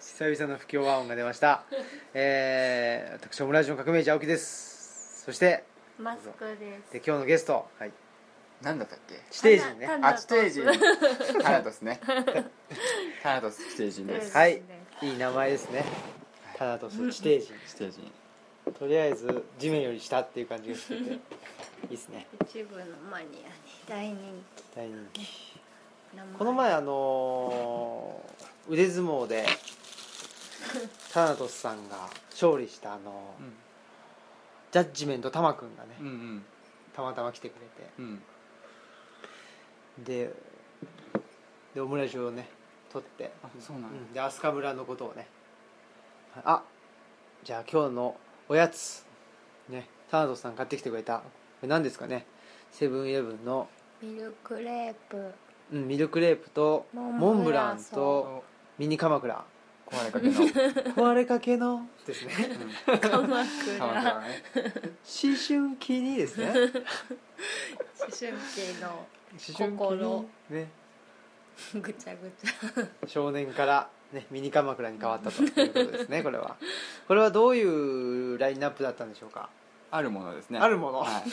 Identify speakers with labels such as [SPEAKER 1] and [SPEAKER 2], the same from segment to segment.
[SPEAKER 1] 久々の不協和音が出ました、えー、私オムラジオの革命児青木ですそして
[SPEAKER 2] マスクです
[SPEAKER 1] で今日のゲスト、はい、
[SPEAKER 3] なんだったっけ
[SPEAKER 1] 地底人ね
[SPEAKER 2] ただ
[SPEAKER 3] あ地底人タナトスねタナトス地底人です
[SPEAKER 1] はいいい名前ですねタナトス地底人
[SPEAKER 3] 地底人
[SPEAKER 1] とりあえず地面より下っていう感じがしてていいですね
[SPEAKER 2] 一部のマニアに大人
[SPEAKER 1] 大人気
[SPEAKER 2] 気名前
[SPEAKER 1] この前あのー腕相撲でタナトスさんが勝利したあのージャッジメントタマくんがね、
[SPEAKER 3] うんうん
[SPEAKER 1] たまたま来てく
[SPEAKER 3] うん
[SPEAKER 1] れてででオムラジオをね撮って
[SPEAKER 3] あそうなんだ
[SPEAKER 1] うんで飛鳥村のことをねあじゃあ今日のおやつねタナトスさん買ってきてくれたこれ何ですかねセブンイレブンの、
[SPEAKER 2] ミルクレープ
[SPEAKER 1] うん、ミルクレープとモ
[SPEAKER 2] モ
[SPEAKER 1] ン
[SPEAKER 2] ン
[SPEAKER 1] ブ
[SPEAKER 2] ブ
[SPEAKER 1] ラ
[SPEAKER 2] ラ
[SPEAKER 1] ン
[SPEAKER 2] ン
[SPEAKER 1] とミニ鎌倉
[SPEAKER 3] 壊れかけの
[SPEAKER 1] 壊れかけのですね
[SPEAKER 2] 鎌倉
[SPEAKER 3] 鎌倉ね
[SPEAKER 1] 思春期にです ね
[SPEAKER 2] 思春期の
[SPEAKER 1] 思春期に
[SPEAKER 2] 心、
[SPEAKER 1] ね、
[SPEAKER 2] ぐちゃぐちゃ
[SPEAKER 1] 少年から、ね、ミニ鎌倉に変わったということですねこれはこれはどういうラインナップだったんでしょうか
[SPEAKER 3] あるものですね
[SPEAKER 1] あるもの
[SPEAKER 3] はい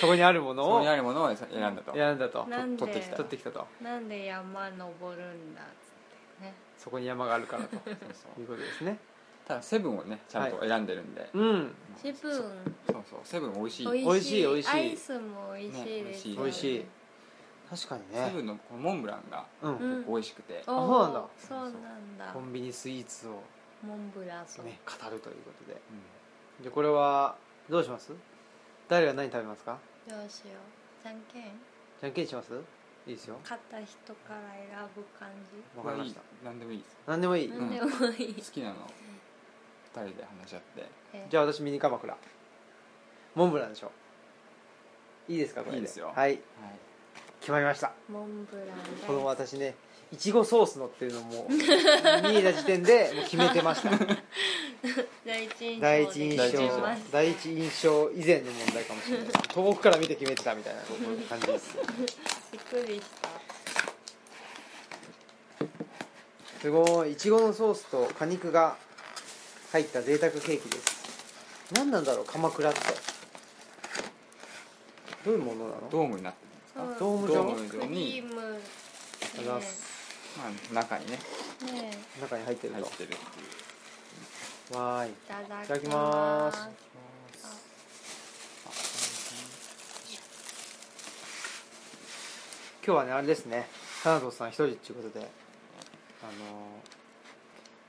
[SPEAKER 1] そこにあるも
[SPEAKER 3] そ
[SPEAKER 1] の
[SPEAKER 3] こに
[SPEAKER 1] を
[SPEAKER 3] あるものを選んだと
[SPEAKER 1] 選んだと
[SPEAKER 2] なんで
[SPEAKER 3] 取ってきた
[SPEAKER 1] 取ってきたと
[SPEAKER 2] なんで山登るんだっつってね
[SPEAKER 1] そこに山があるから と
[SPEAKER 3] そうそう
[SPEAKER 1] いうことですね
[SPEAKER 3] ただセブンをねちゃんと選んでるんで、
[SPEAKER 1] うん
[SPEAKER 2] 自分
[SPEAKER 3] そうそうセブン美味しい
[SPEAKER 2] 美
[SPEAKER 1] 美
[SPEAKER 2] 味
[SPEAKER 1] 味し
[SPEAKER 2] し
[SPEAKER 1] い
[SPEAKER 2] い
[SPEAKER 1] 美味しい
[SPEAKER 2] アイスも美味しいですよね
[SPEAKER 1] 美味しい確かに
[SPEAKER 3] セブ
[SPEAKER 1] ね
[SPEAKER 3] ンのこのモンブランが
[SPEAKER 1] うん、
[SPEAKER 2] うん
[SPEAKER 3] 美味しくて、
[SPEAKER 2] おー
[SPEAKER 1] あそうなんだ
[SPEAKER 2] そうなんだ
[SPEAKER 1] コンビニスイーツを
[SPEAKER 2] モンブランそう
[SPEAKER 1] ね語るということで
[SPEAKER 3] うん
[SPEAKER 1] でこれはどうします誰が何食べますか
[SPEAKER 2] どうしようじゃんけん
[SPEAKER 1] じゃんけんしますいいですよ
[SPEAKER 2] 勝った人から選ぶ感じ
[SPEAKER 1] わかりました
[SPEAKER 3] これいい何でもいいです
[SPEAKER 1] 何でもいい、
[SPEAKER 2] なんでもいい
[SPEAKER 3] 好きなの二人で話し合って
[SPEAKER 2] え
[SPEAKER 1] じゃあ私ミニ鎌倉モンブランでしょいいですかこれ
[SPEAKER 3] いいですよ
[SPEAKER 1] はい
[SPEAKER 3] はい
[SPEAKER 1] 決まりました
[SPEAKER 2] モンブランです
[SPEAKER 1] この私ねいちごソースのっていうのも見えた時点でもう決めてました
[SPEAKER 2] 第一印象
[SPEAKER 1] 第一印
[SPEAKER 2] で
[SPEAKER 1] 象
[SPEAKER 2] 決めます
[SPEAKER 1] 第一印象以前の問題かもしれないです遠くから見て決めてたみたいな感じです
[SPEAKER 2] びっくりした
[SPEAKER 1] すごいいちごのソースと果肉が入った贅沢ケーキです何なんだろう鎌倉ってどういうものなの
[SPEAKER 3] ドームになってるんですか、
[SPEAKER 2] そ
[SPEAKER 1] ドー
[SPEAKER 2] う
[SPEAKER 1] ム
[SPEAKER 3] ド
[SPEAKER 1] 状
[SPEAKER 3] ーム
[SPEAKER 2] ク
[SPEAKER 3] 状
[SPEAKER 2] リ
[SPEAKER 3] に
[SPEAKER 2] ー、ムね
[SPEAKER 1] ありがとうございます
[SPEAKER 3] まあ、中にね
[SPEAKER 2] ね
[SPEAKER 1] 中に入ってる
[SPEAKER 3] 入
[SPEAKER 1] と
[SPEAKER 3] っ、てるっていう
[SPEAKER 1] わーい
[SPEAKER 2] いただ
[SPEAKER 1] いただき
[SPEAKER 2] き
[SPEAKER 1] ま
[SPEAKER 2] ますす
[SPEAKER 1] 今日はねあれですね花堂さん一人っていうことであの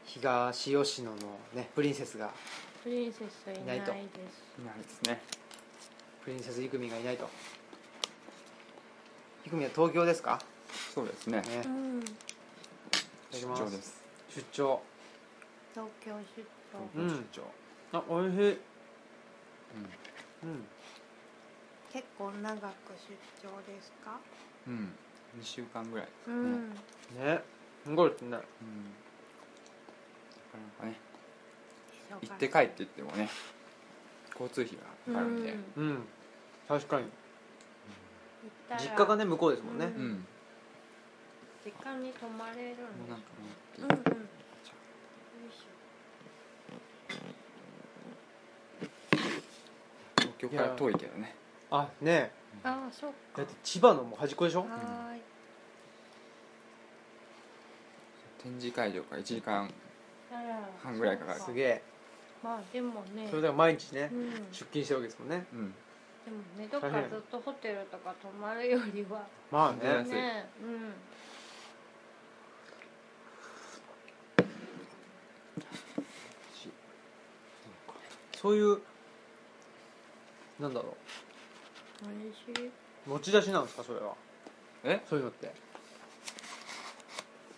[SPEAKER 1] 東吉野のねプリンセスが
[SPEAKER 2] プリンセスいない
[SPEAKER 1] い
[SPEAKER 2] です
[SPEAKER 1] ない
[SPEAKER 3] いないですね
[SPEAKER 1] プリンセスイクミンがいないとイクミンは東京ですか
[SPEAKER 3] そうですね
[SPEAKER 1] ね
[SPEAKER 2] うん
[SPEAKER 1] い
[SPEAKER 3] 出
[SPEAKER 1] ただき
[SPEAKER 3] 張
[SPEAKER 1] ます
[SPEAKER 3] です
[SPEAKER 1] 出張
[SPEAKER 2] 東京出張
[SPEAKER 3] 東京
[SPEAKER 1] うん
[SPEAKER 3] 出張、
[SPEAKER 1] あ美味しい
[SPEAKER 2] 結構長く出張ですか
[SPEAKER 3] うん、うん、2週間ぐらいです
[SPEAKER 2] う
[SPEAKER 3] ね、
[SPEAKER 2] ん
[SPEAKER 1] うんねすごいですね
[SPEAKER 3] うんなかなかね
[SPEAKER 2] 忙しい
[SPEAKER 3] 行って帰って言ってもね交通費がかかるんで
[SPEAKER 2] うん
[SPEAKER 1] うん確かに
[SPEAKER 2] 行ったら
[SPEAKER 1] 実家がね向こうですもんね、
[SPEAKER 2] う
[SPEAKER 3] うん、も
[SPEAKER 2] 実家に泊まれるの
[SPEAKER 3] うなんか
[SPEAKER 2] うん
[SPEAKER 3] も
[SPEAKER 2] う
[SPEAKER 3] うん
[SPEAKER 2] よいし
[SPEAKER 3] 東京から遠いけどね
[SPEAKER 1] あね
[SPEAKER 2] ょあそっか
[SPEAKER 1] だって千葉のもう端っこでしょ
[SPEAKER 2] はーい
[SPEAKER 3] 展示会場から1時間
[SPEAKER 2] あら
[SPEAKER 3] 半ぐらいかかる
[SPEAKER 2] そ
[SPEAKER 1] す
[SPEAKER 2] う
[SPEAKER 1] げえ
[SPEAKER 2] まあでもね
[SPEAKER 1] それだから毎日ね
[SPEAKER 2] うんでも
[SPEAKER 1] 出勤してるわけですもんね
[SPEAKER 3] うん
[SPEAKER 2] ねどっか
[SPEAKER 1] 大変
[SPEAKER 2] ずっとホテルとか泊まるよりは
[SPEAKER 1] まあね
[SPEAKER 3] ね
[SPEAKER 2] ねうん
[SPEAKER 1] そういうなんだろ
[SPEAKER 2] 美味しいう
[SPEAKER 1] 持ち出しなんですかそれは
[SPEAKER 3] え
[SPEAKER 1] そういうのって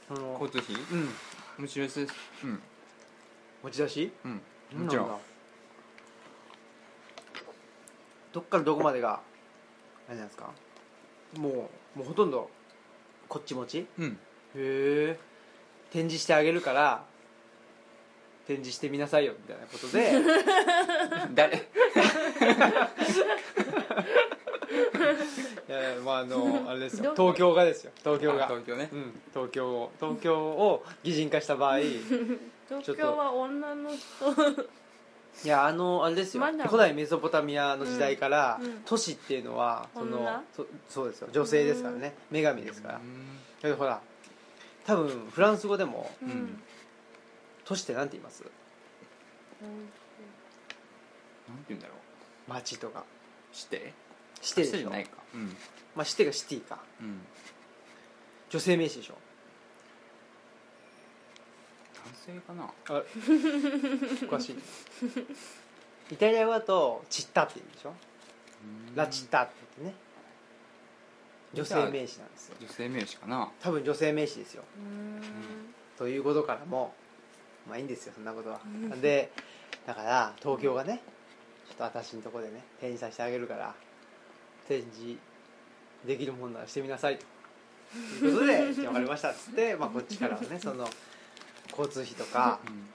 [SPEAKER 1] その
[SPEAKER 3] 交通費
[SPEAKER 1] うん
[SPEAKER 3] むしろですうん
[SPEAKER 1] 持ち出し
[SPEAKER 3] うんもちろ
[SPEAKER 1] なん
[SPEAKER 3] ん
[SPEAKER 1] だどっからどこまでがあれなんですかもうもうほとんどこっち持ちへ
[SPEAKER 3] うん
[SPEAKER 1] え展示してあげるから展示してみなさいよみたいなことで
[SPEAKER 3] 誰
[SPEAKER 1] やえーまああ のあれですよ
[SPEAKER 2] どう
[SPEAKER 1] 東京がですよ東京
[SPEAKER 3] あ
[SPEAKER 1] が
[SPEAKER 3] 東京ね
[SPEAKER 1] うん東京を東京を擬人化した場合 い
[SPEAKER 2] 東京は女の人
[SPEAKER 1] やあのあれですよ
[SPEAKER 2] まだ
[SPEAKER 1] 古代メソポタミアの時代から、
[SPEAKER 2] うんうん
[SPEAKER 1] 都市っていうのはその
[SPEAKER 2] 女
[SPEAKER 1] そそうですよ女性ですからね女神ですからだ
[SPEAKER 3] う
[SPEAKER 1] けどほら多分フランス語でも
[SPEAKER 2] うんん
[SPEAKER 1] 都市ってなんて言います
[SPEAKER 3] なんて言うんだろう
[SPEAKER 1] 街とか
[SPEAKER 3] して
[SPEAKER 1] シ
[SPEAKER 3] し
[SPEAKER 1] テ
[SPEAKER 3] て
[SPEAKER 1] でし
[SPEAKER 3] じ
[SPEAKER 1] ょ
[SPEAKER 3] ゃないかうん
[SPEAKER 1] まあシテがシティか
[SPEAKER 3] うん
[SPEAKER 1] 女性名詞でしょ
[SPEAKER 3] 男性かな
[SPEAKER 1] あ詳 しいイタリア語だとチッタって言うんでしょラチッタって言ってね女性名詞なんですよ
[SPEAKER 3] 女性名詞かな
[SPEAKER 1] 多分女性名詞ですよ
[SPEAKER 2] うん
[SPEAKER 1] ということからもまあいいんですよそんなことはでだから東京がねちょっと私のとこでね展示させてあげるから展示できるもんならしてみなさいということ で「じゃあ分かりました」っつって、まあ、こっちからはねその交通費とか
[SPEAKER 3] うん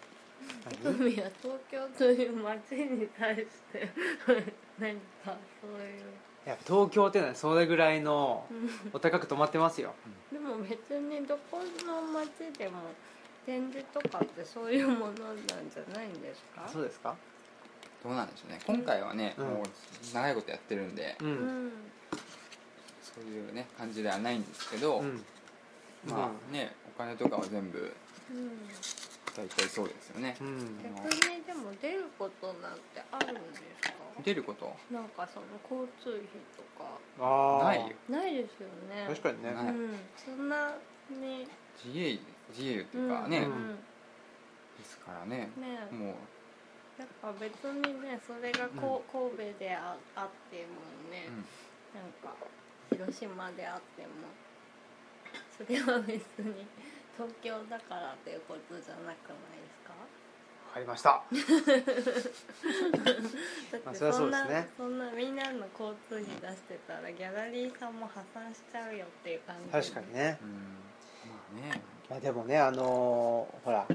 [SPEAKER 2] トミは東京という街に対して 何かそういう
[SPEAKER 1] やっぱ東京っていうのはそれぐらいのお高く止まってますよ
[SPEAKER 2] でも別にどこの街でも展示とかってそういうものなんじゃないんですか
[SPEAKER 1] そうですか
[SPEAKER 3] どうなんでしょうね今回はね
[SPEAKER 1] うん
[SPEAKER 3] もう長いことやってるんで
[SPEAKER 1] う
[SPEAKER 2] うんん
[SPEAKER 3] そういうね感じではないんですけど
[SPEAKER 1] うん
[SPEAKER 3] まあねお金とかは全部
[SPEAKER 2] うん
[SPEAKER 3] 大体そうですよね
[SPEAKER 1] うん
[SPEAKER 2] 逆にでも出ることなんてあるんですか
[SPEAKER 3] 出ること
[SPEAKER 2] なんかその交通費とか
[SPEAKER 1] ああ
[SPEAKER 3] ないよ
[SPEAKER 2] ないですよね
[SPEAKER 1] 確かにね
[SPEAKER 3] ない
[SPEAKER 2] うん、そんなに
[SPEAKER 3] 自営自営っていうかね
[SPEAKER 2] うん
[SPEAKER 3] ですからね
[SPEAKER 2] ん、ね
[SPEAKER 3] もう
[SPEAKER 2] なんか別にねそれがこう、神戸でああってもね、
[SPEAKER 3] うん
[SPEAKER 2] なんか広島であってもそれは別に 東京だからっていうことじゃなくないですか
[SPEAKER 1] わかりました
[SPEAKER 2] だ
[SPEAKER 1] まあ
[SPEAKER 2] って
[SPEAKER 1] そりゃ
[SPEAKER 2] そ
[SPEAKER 1] そうんで
[SPEAKER 2] な
[SPEAKER 1] す
[SPEAKER 2] そ,、
[SPEAKER 1] ね
[SPEAKER 2] んなみんなの交通費出してたらギャラリーさんも破産しちゃうよっていう感じ
[SPEAKER 1] 確かにね
[SPEAKER 3] うんまあね
[SPEAKER 1] まあでもねあのーほら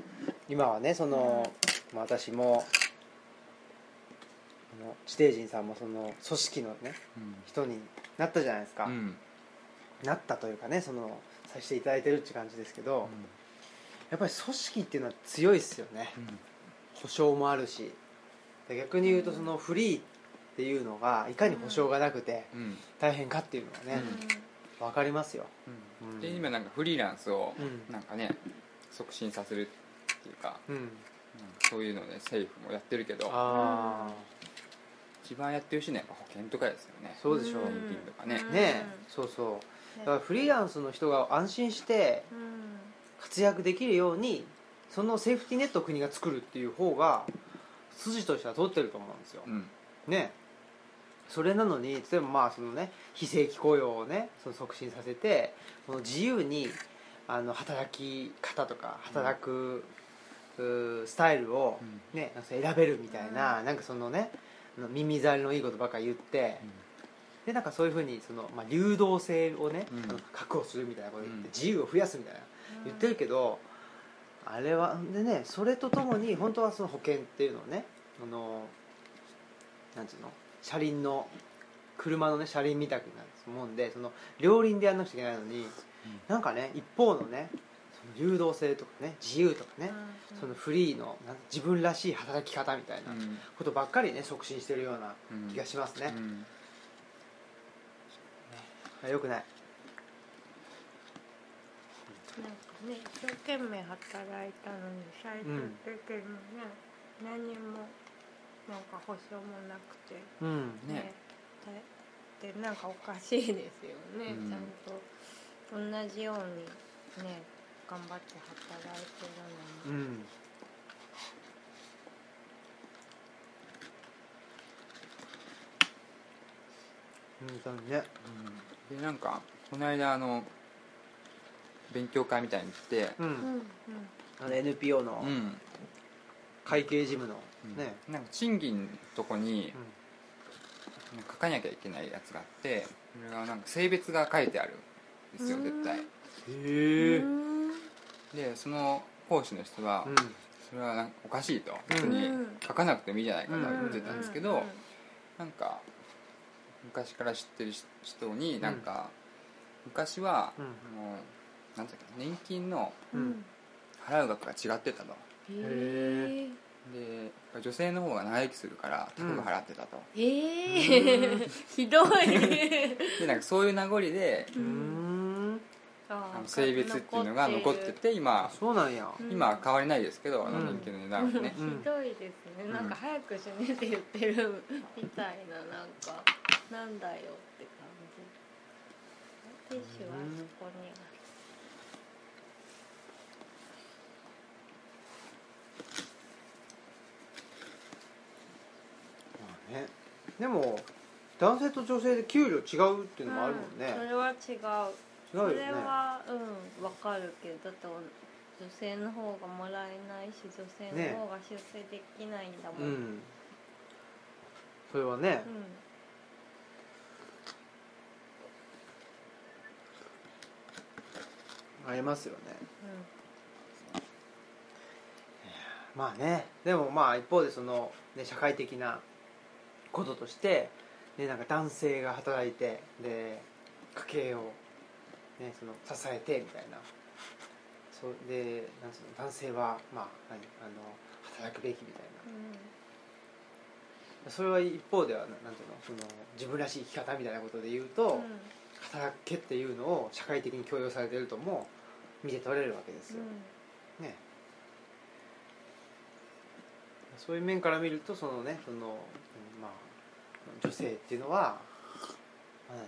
[SPEAKER 1] 今はねその、まあ、私もあの地底人さんもその組織のね
[SPEAKER 3] うん
[SPEAKER 1] 人になったじゃないですか、
[SPEAKER 3] うん
[SPEAKER 1] なったというかねそのさせていただいてるって感じですけど、やっぱり組織っていうのは強いですよね
[SPEAKER 3] うん
[SPEAKER 1] 保証もあるしで逆に言うとそのフリーっていうのがいかに保証がなくて
[SPEAKER 3] うん
[SPEAKER 1] 大変かっていうのはね、わかりますよ、うん
[SPEAKER 3] で今なんかフリーランスを
[SPEAKER 1] うん
[SPEAKER 3] なんかね促進させるっていうか
[SPEAKER 1] うん、
[SPEAKER 3] なんかそういうので政府もやってるけど
[SPEAKER 1] ああ
[SPEAKER 3] 一番やってるしねやっぱ保険とかですよね
[SPEAKER 1] そうでしょう、
[SPEAKER 2] うん
[SPEAKER 3] 年金とかね
[SPEAKER 2] うん
[SPEAKER 1] ねそうそうだからフリーランスの人が安心して
[SPEAKER 2] うん、うん
[SPEAKER 1] 活躍できるようにそのセーフティーネットを国が作るっていう方が筋としては通ってると思うんですよ、
[SPEAKER 3] うん
[SPEAKER 1] ねそれなのに例えばまあそのね非正規雇用をねその促進させてその自由にあの働き方とか働く、うースタイルを
[SPEAKER 3] うん、
[SPEAKER 1] ね、なんか選べるみたいな,、なんかそのねあの耳障りのいいことばっか言って、でなんかそういうふうにその、まあ、流動性をね、
[SPEAKER 3] うん
[SPEAKER 1] あの確保するみたいなこと言って、
[SPEAKER 3] うん
[SPEAKER 1] 自由を増やすみたいな言ってるけど、あれはでねそれとともに本当はその保険っていうのをねあのなんつうの車輪の車のね車輪みたくなるもんでその両輪でやんなくちゃいけないのに、なんかね一方のねその流動性とかね自由とかね、そのフリーのなん自分らしい働き方みたいな
[SPEAKER 3] うん
[SPEAKER 1] ことばっかりね促進してるような
[SPEAKER 3] うん
[SPEAKER 1] 気がしますね
[SPEAKER 3] う、ん
[SPEAKER 1] よくない
[SPEAKER 2] なんかね、一生懸命働いたのに最初出てるのね、何もなんか保証もなくて
[SPEAKER 1] うん
[SPEAKER 3] ね
[SPEAKER 2] ででなんかおかしいですよね、
[SPEAKER 3] うん
[SPEAKER 2] ちゃんと同じようにね頑張って働いて
[SPEAKER 1] う
[SPEAKER 2] るのに、
[SPEAKER 1] ん本当にね
[SPEAKER 3] でなんかこの間あの勉強会みたいに来て
[SPEAKER 1] う
[SPEAKER 2] うん
[SPEAKER 1] ん
[SPEAKER 2] うん
[SPEAKER 1] あの NPO の
[SPEAKER 3] うん
[SPEAKER 1] 会計事務のね
[SPEAKER 3] なんか賃金のとこに
[SPEAKER 1] うん
[SPEAKER 3] 書かなきゃいけないやつがあってそれがなんか性別が書いてあるんですよ
[SPEAKER 2] うん
[SPEAKER 3] 絶対
[SPEAKER 1] へえ
[SPEAKER 2] うん
[SPEAKER 3] でその講師の人は
[SPEAKER 1] うん
[SPEAKER 3] それはなんかおかしいと
[SPEAKER 1] うん
[SPEAKER 3] 別に書かなくてもいいじゃないかと
[SPEAKER 1] うん
[SPEAKER 3] 言ってたんですけど
[SPEAKER 2] う
[SPEAKER 3] なんか昔から知ってる人になんか、昔は、
[SPEAKER 1] うん
[SPEAKER 3] もうなんだっけ年金の
[SPEAKER 1] うん
[SPEAKER 3] 払う額が違ってたと
[SPEAKER 2] うん
[SPEAKER 1] へ
[SPEAKER 3] で女性の方が長生きするから高く払ってたと、
[SPEAKER 2] えー、ひどい
[SPEAKER 3] でなんかそういう名残で
[SPEAKER 1] うーん
[SPEAKER 3] あ
[SPEAKER 2] あ
[SPEAKER 3] の性別っていうのが残ってて今
[SPEAKER 1] そうなんや
[SPEAKER 2] うん
[SPEAKER 3] 今は変わりないですけど、
[SPEAKER 1] ん
[SPEAKER 3] あの人気の値段 はね、
[SPEAKER 1] うん
[SPEAKER 2] ひどいですね、なんか早く死ねって言ってる みたいななんかなんだよって感じティッシュはそこにある
[SPEAKER 1] まあねでも男性と女性で給料違うっていうのもあるもん
[SPEAKER 2] うんそ
[SPEAKER 1] ね、
[SPEAKER 2] れは違う
[SPEAKER 1] 違うよ
[SPEAKER 2] そ
[SPEAKER 1] ね
[SPEAKER 2] れはうんわかるけどだって女性の方がもらえないし女性の方が出世できないんだもん、
[SPEAKER 1] う
[SPEAKER 2] うん
[SPEAKER 1] んそれはね、ありますよねまあねでもまあ一方でその、ね、社会的なこととして、ね、なんか男性が働いてで家計を、ね、その支えてみたいなそうでなんつうの男性は、まあ、何あの働くべきみたい
[SPEAKER 2] うんうん
[SPEAKER 1] なそれは一方ではななんていうのその自分らしい生き方みたいなことで言うと、
[SPEAKER 2] うん
[SPEAKER 1] 働けっていうのを社会的に強要されてるとも見て取れるわけですよ、
[SPEAKER 2] うん
[SPEAKER 1] ねそういう面から見るとそのねその、うんまあ、女性っていうのは、まあ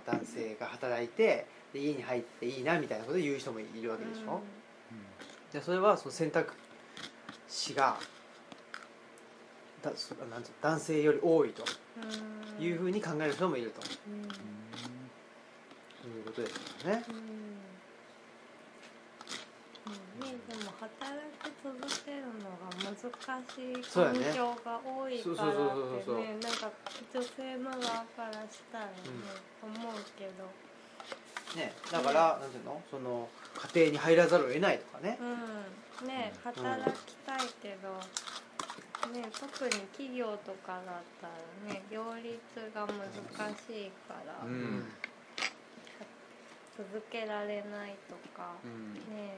[SPEAKER 1] 何その男性が働いてで家に入っていいなみたいなことを言う人もいるわけでしょ、でそれはその選択肢がだそなんつうの男性より多いと
[SPEAKER 2] うん
[SPEAKER 1] いうふうに考える人もいると
[SPEAKER 2] うん
[SPEAKER 1] いうことですよね。
[SPEAKER 2] うんうんね、でも働き続けるのが難しい
[SPEAKER 1] そうや
[SPEAKER 2] 環
[SPEAKER 1] ね
[SPEAKER 2] 境が多い
[SPEAKER 1] そう
[SPEAKER 2] か
[SPEAKER 1] そう
[SPEAKER 2] らっ
[SPEAKER 1] そうそう
[SPEAKER 2] て
[SPEAKER 1] そう
[SPEAKER 2] ねなんか女性の側からしたらね、思うけど、
[SPEAKER 1] ね、だから、なんていうのその家庭に入らざるを得ないとかね、
[SPEAKER 2] うん、ね働きたいけど、ね、特に企業とかだったらね両立が難しいから、
[SPEAKER 3] うん
[SPEAKER 2] 続けられないとか、
[SPEAKER 3] うん
[SPEAKER 2] ね、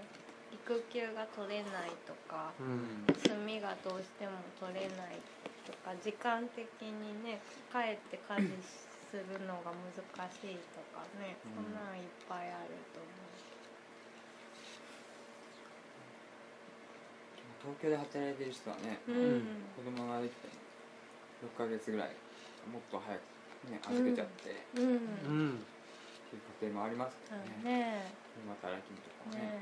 [SPEAKER 2] 育休が取れないとか。
[SPEAKER 1] う
[SPEAKER 3] うんん
[SPEAKER 2] 休みがどうしても取れないとか時間的にね帰って家事するのが難しいとかね、
[SPEAKER 3] う
[SPEAKER 2] そん
[SPEAKER 3] ん
[SPEAKER 2] なんいっぱいあると思
[SPEAKER 3] 東京で働いてる人はね、
[SPEAKER 2] う。
[SPEAKER 1] ん
[SPEAKER 3] 子供ができて6ヶ月ぐらいもっと早くね預けちゃって、って
[SPEAKER 2] うん、うん
[SPEAKER 1] う
[SPEAKER 2] うん
[SPEAKER 1] ん
[SPEAKER 3] いう家庭もありますからね
[SPEAKER 2] ね
[SPEAKER 3] 働きと
[SPEAKER 2] え
[SPEAKER 3] か
[SPEAKER 2] ね
[SPEAKER 3] ね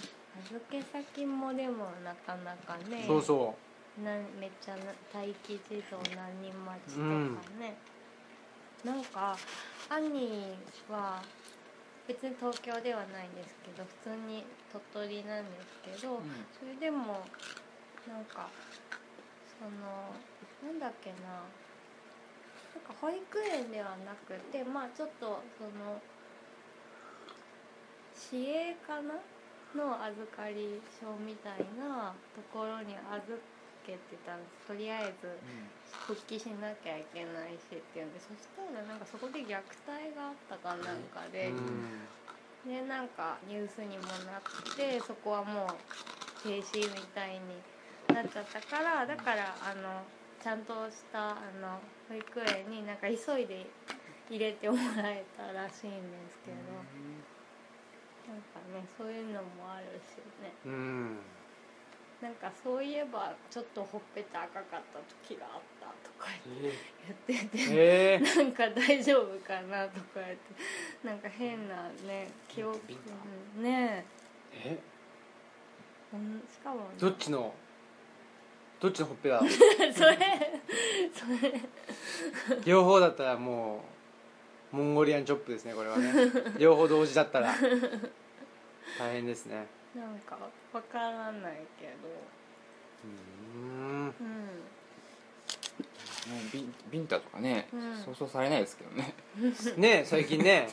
[SPEAKER 2] え預け先もでもなかなかね
[SPEAKER 1] そうそう
[SPEAKER 2] なんめっちゃな待機児童何人待ちとかね、なんか兄は別に東京ではないんですけど普通に鳥取なんですけど、
[SPEAKER 3] うん
[SPEAKER 2] それでもなんかそのなんだっけななんか保育園ではなくてまあちょっとその市営かなの預かり証みたいなところに預けてたんですとりあえず復帰しなきゃいけないしっていうんでそしたらなんかそこで虐待があったかなんかで、でなんかニュースにもなってそこはもう停止みたいになっちゃったからだからあのちゃんとしたあの保育園になんか急いで入れてもらえたらしいんですけどなんかねそういうのもあるしね
[SPEAKER 1] うん、うん、
[SPEAKER 2] なんかそういえばちょっとほっぺた赤かった時があったとか言ってて
[SPEAKER 1] ええ
[SPEAKER 2] なんか大丈夫かなとか言ってなんか変なね記憶
[SPEAKER 3] ビンタ
[SPEAKER 2] うんねえ
[SPEAKER 1] え
[SPEAKER 2] うんしかも、ね、
[SPEAKER 1] どっちのどっちのほっぺ だ
[SPEAKER 2] そ れそれ
[SPEAKER 1] 両方だったらもうモンゴリアンチョップですねこれはね両方同時だったら大変ですね
[SPEAKER 2] なんかわからないけど
[SPEAKER 1] うん
[SPEAKER 2] うん
[SPEAKER 3] ねビンビンタとかね、
[SPEAKER 2] うん
[SPEAKER 3] そうそうされないですけどね
[SPEAKER 1] ねえ最近ね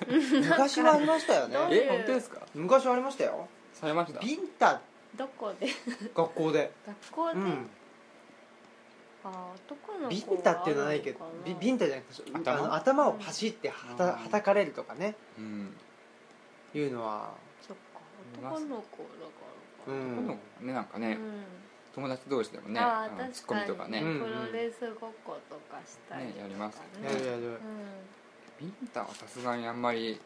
[SPEAKER 1] 昔はありましたよ
[SPEAKER 2] どう
[SPEAKER 1] ね
[SPEAKER 2] いう
[SPEAKER 3] え本当ですか
[SPEAKER 1] 昔はありましたよ
[SPEAKER 3] されました
[SPEAKER 1] ビンタ
[SPEAKER 2] どこで
[SPEAKER 1] 学校で
[SPEAKER 2] 学校で、
[SPEAKER 1] うん
[SPEAKER 2] あ男の子は
[SPEAKER 1] ビンタっていうのはないけど
[SPEAKER 2] あるのか
[SPEAKER 1] ビ
[SPEAKER 2] な
[SPEAKER 1] ビンタじゃなくて頭
[SPEAKER 3] 頭
[SPEAKER 1] あの頭をパシってはた
[SPEAKER 3] うん
[SPEAKER 1] はたかれるとかね
[SPEAKER 3] うん
[SPEAKER 1] いうのは
[SPEAKER 2] そっか男の子だからか
[SPEAKER 1] う
[SPEAKER 3] 今度
[SPEAKER 1] ん
[SPEAKER 3] ねなんかね、友達同士でもね
[SPEAKER 2] ああ
[SPEAKER 3] あの
[SPEAKER 2] 確
[SPEAKER 3] ツッコミ
[SPEAKER 2] か
[SPEAKER 3] とか
[SPEAKER 2] に
[SPEAKER 3] ね、
[SPEAKER 1] うん
[SPEAKER 2] プロレスごっことかしたりとか
[SPEAKER 3] ねやりますよ
[SPEAKER 1] やるやる
[SPEAKER 3] ビンタはさすがにあんまり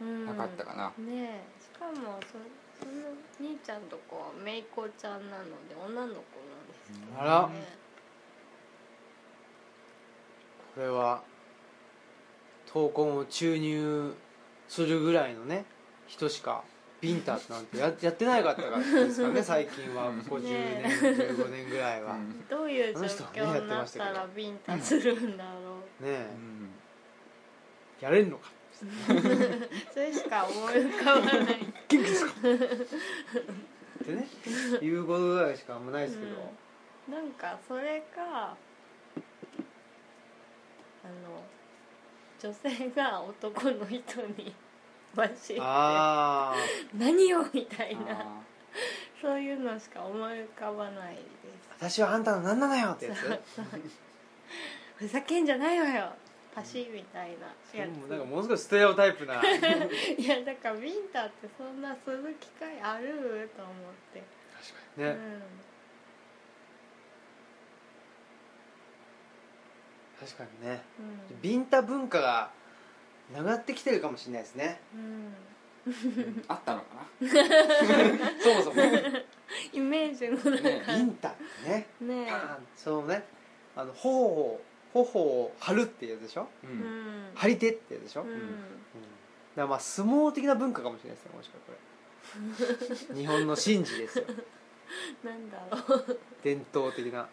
[SPEAKER 2] うん
[SPEAKER 3] なかったかな、
[SPEAKER 2] ねえしかもそその兄ちゃんとこはめいこちゃんなので女の子なんですけど、ね、
[SPEAKER 1] あらこれは闘魂を注入するぐらいのね人しかビンタなんてややってないかったからですからね最近は
[SPEAKER 3] うん
[SPEAKER 1] ここ10
[SPEAKER 2] ね
[SPEAKER 1] 年15年ぐらいは、
[SPEAKER 3] う
[SPEAKER 1] ね
[SPEAKER 3] ん
[SPEAKER 2] どういう
[SPEAKER 1] あ
[SPEAKER 2] 状
[SPEAKER 1] の人はね
[SPEAKER 2] 況になったらビンタするんだろ
[SPEAKER 1] え
[SPEAKER 3] うん
[SPEAKER 1] やれんのか
[SPEAKER 2] う、それしか思い浮かばない
[SPEAKER 1] 元気ですかってね言うことぐらいしかあんまないですけど、
[SPEAKER 2] うん、なんかそれかあの女性が男の人 にバシって
[SPEAKER 1] ああ
[SPEAKER 2] 何をみたいな
[SPEAKER 3] あ
[SPEAKER 2] そういうのしか思い浮かばないです
[SPEAKER 1] 私はあんたの何なのよってやつ
[SPEAKER 2] ふざけんじゃないわよパシみたいな
[SPEAKER 1] そ
[SPEAKER 2] や
[SPEAKER 1] れ
[SPEAKER 2] つ
[SPEAKER 1] もなんかもう少しステレオタイプ な確か
[SPEAKER 2] いやだからウィンターってそんなする機会あると思って、
[SPEAKER 1] に
[SPEAKER 2] う
[SPEAKER 1] ね、
[SPEAKER 2] ん、
[SPEAKER 1] 確かにね
[SPEAKER 2] うん
[SPEAKER 1] ビンタ文化がなくなってきてるかもしれないですね
[SPEAKER 2] うん、
[SPEAKER 3] ーあったのか
[SPEAKER 1] そもそも
[SPEAKER 2] イメージの
[SPEAKER 3] なね
[SPEAKER 1] ビンタってね
[SPEAKER 2] ね
[SPEAKER 1] パーンそのねあの頬を頬を張るってやつでしょ
[SPEAKER 3] う
[SPEAKER 2] うん
[SPEAKER 3] ん
[SPEAKER 1] 張り手ってやつでしょ、
[SPEAKER 2] う
[SPEAKER 1] うんだか
[SPEAKER 2] ん
[SPEAKER 1] らまあ相撲的な文化かもしれないですねもしかしたらこれ日本の神事ですよ
[SPEAKER 2] なんだろう
[SPEAKER 1] 伝統的な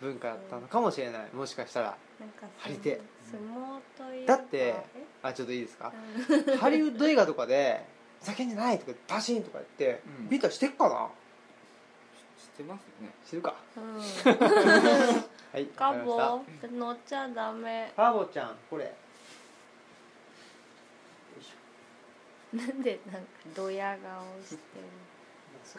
[SPEAKER 1] 文化だったのかもしれないもしかしたら
[SPEAKER 2] なんか
[SPEAKER 1] 張り手
[SPEAKER 2] 相撲という
[SPEAKER 1] だって
[SPEAKER 2] え
[SPEAKER 1] あちょっといいですか
[SPEAKER 2] うん
[SPEAKER 1] ハリウッド映画とかで「ふざけんじゃない!」とか「パシン!」とか言って、
[SPEAKER 3] うん
[SPEAKER 1] ビンタしてっかな
[SPEAKER 3] 知ってますよね
[SPEAKER 1] してるか
[SPEAKER 2] うん、
[SPEAKER 1] はい
[SPEAKER 2] カ
[SPEAKER 1] わりました
[SPEAKER 2] ボ乗っちゃダメ
[SPEAKER 1] カボちゃんこれ
[SPEAKER 2] なんでなんかドヤ顔してる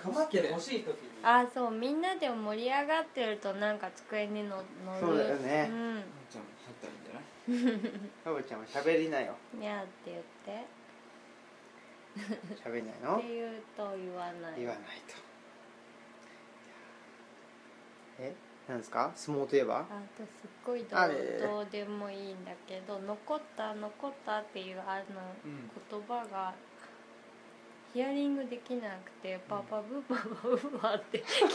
[SPEAKER 1] かまってほしい時に
[SPEAKER 2] あそうみんなで盛り上がってるとなんか机にの乗る
[SPEAKER 1] そうだよね
[SPEAKER 2] うん
[SPEAKER 3] あんちゃんも入ったらいいんじゃない
[SPEAKER 1] カボちゃんは喋りなよ
[SPEAKER 2] にゃーって言って
[SPEAKER 1] 喋りない
[SPEAKER 2] っ
[SPEAKER 1] の
[SPEAKER 2] て言うと言わない
[SPEAKER 1] 言わないとえなんですか相撲といえば
[SPEAKER 2] あとすっごいど
[SPEAKER 1] あれ
[SPEAKER 2] うどうでもいいんだけど「残った残った」っていうあの
[SPEAKER 3] うん
[SPEAKER 2] 言葉がヒアリングできなくて「パパブーパパブーパ」って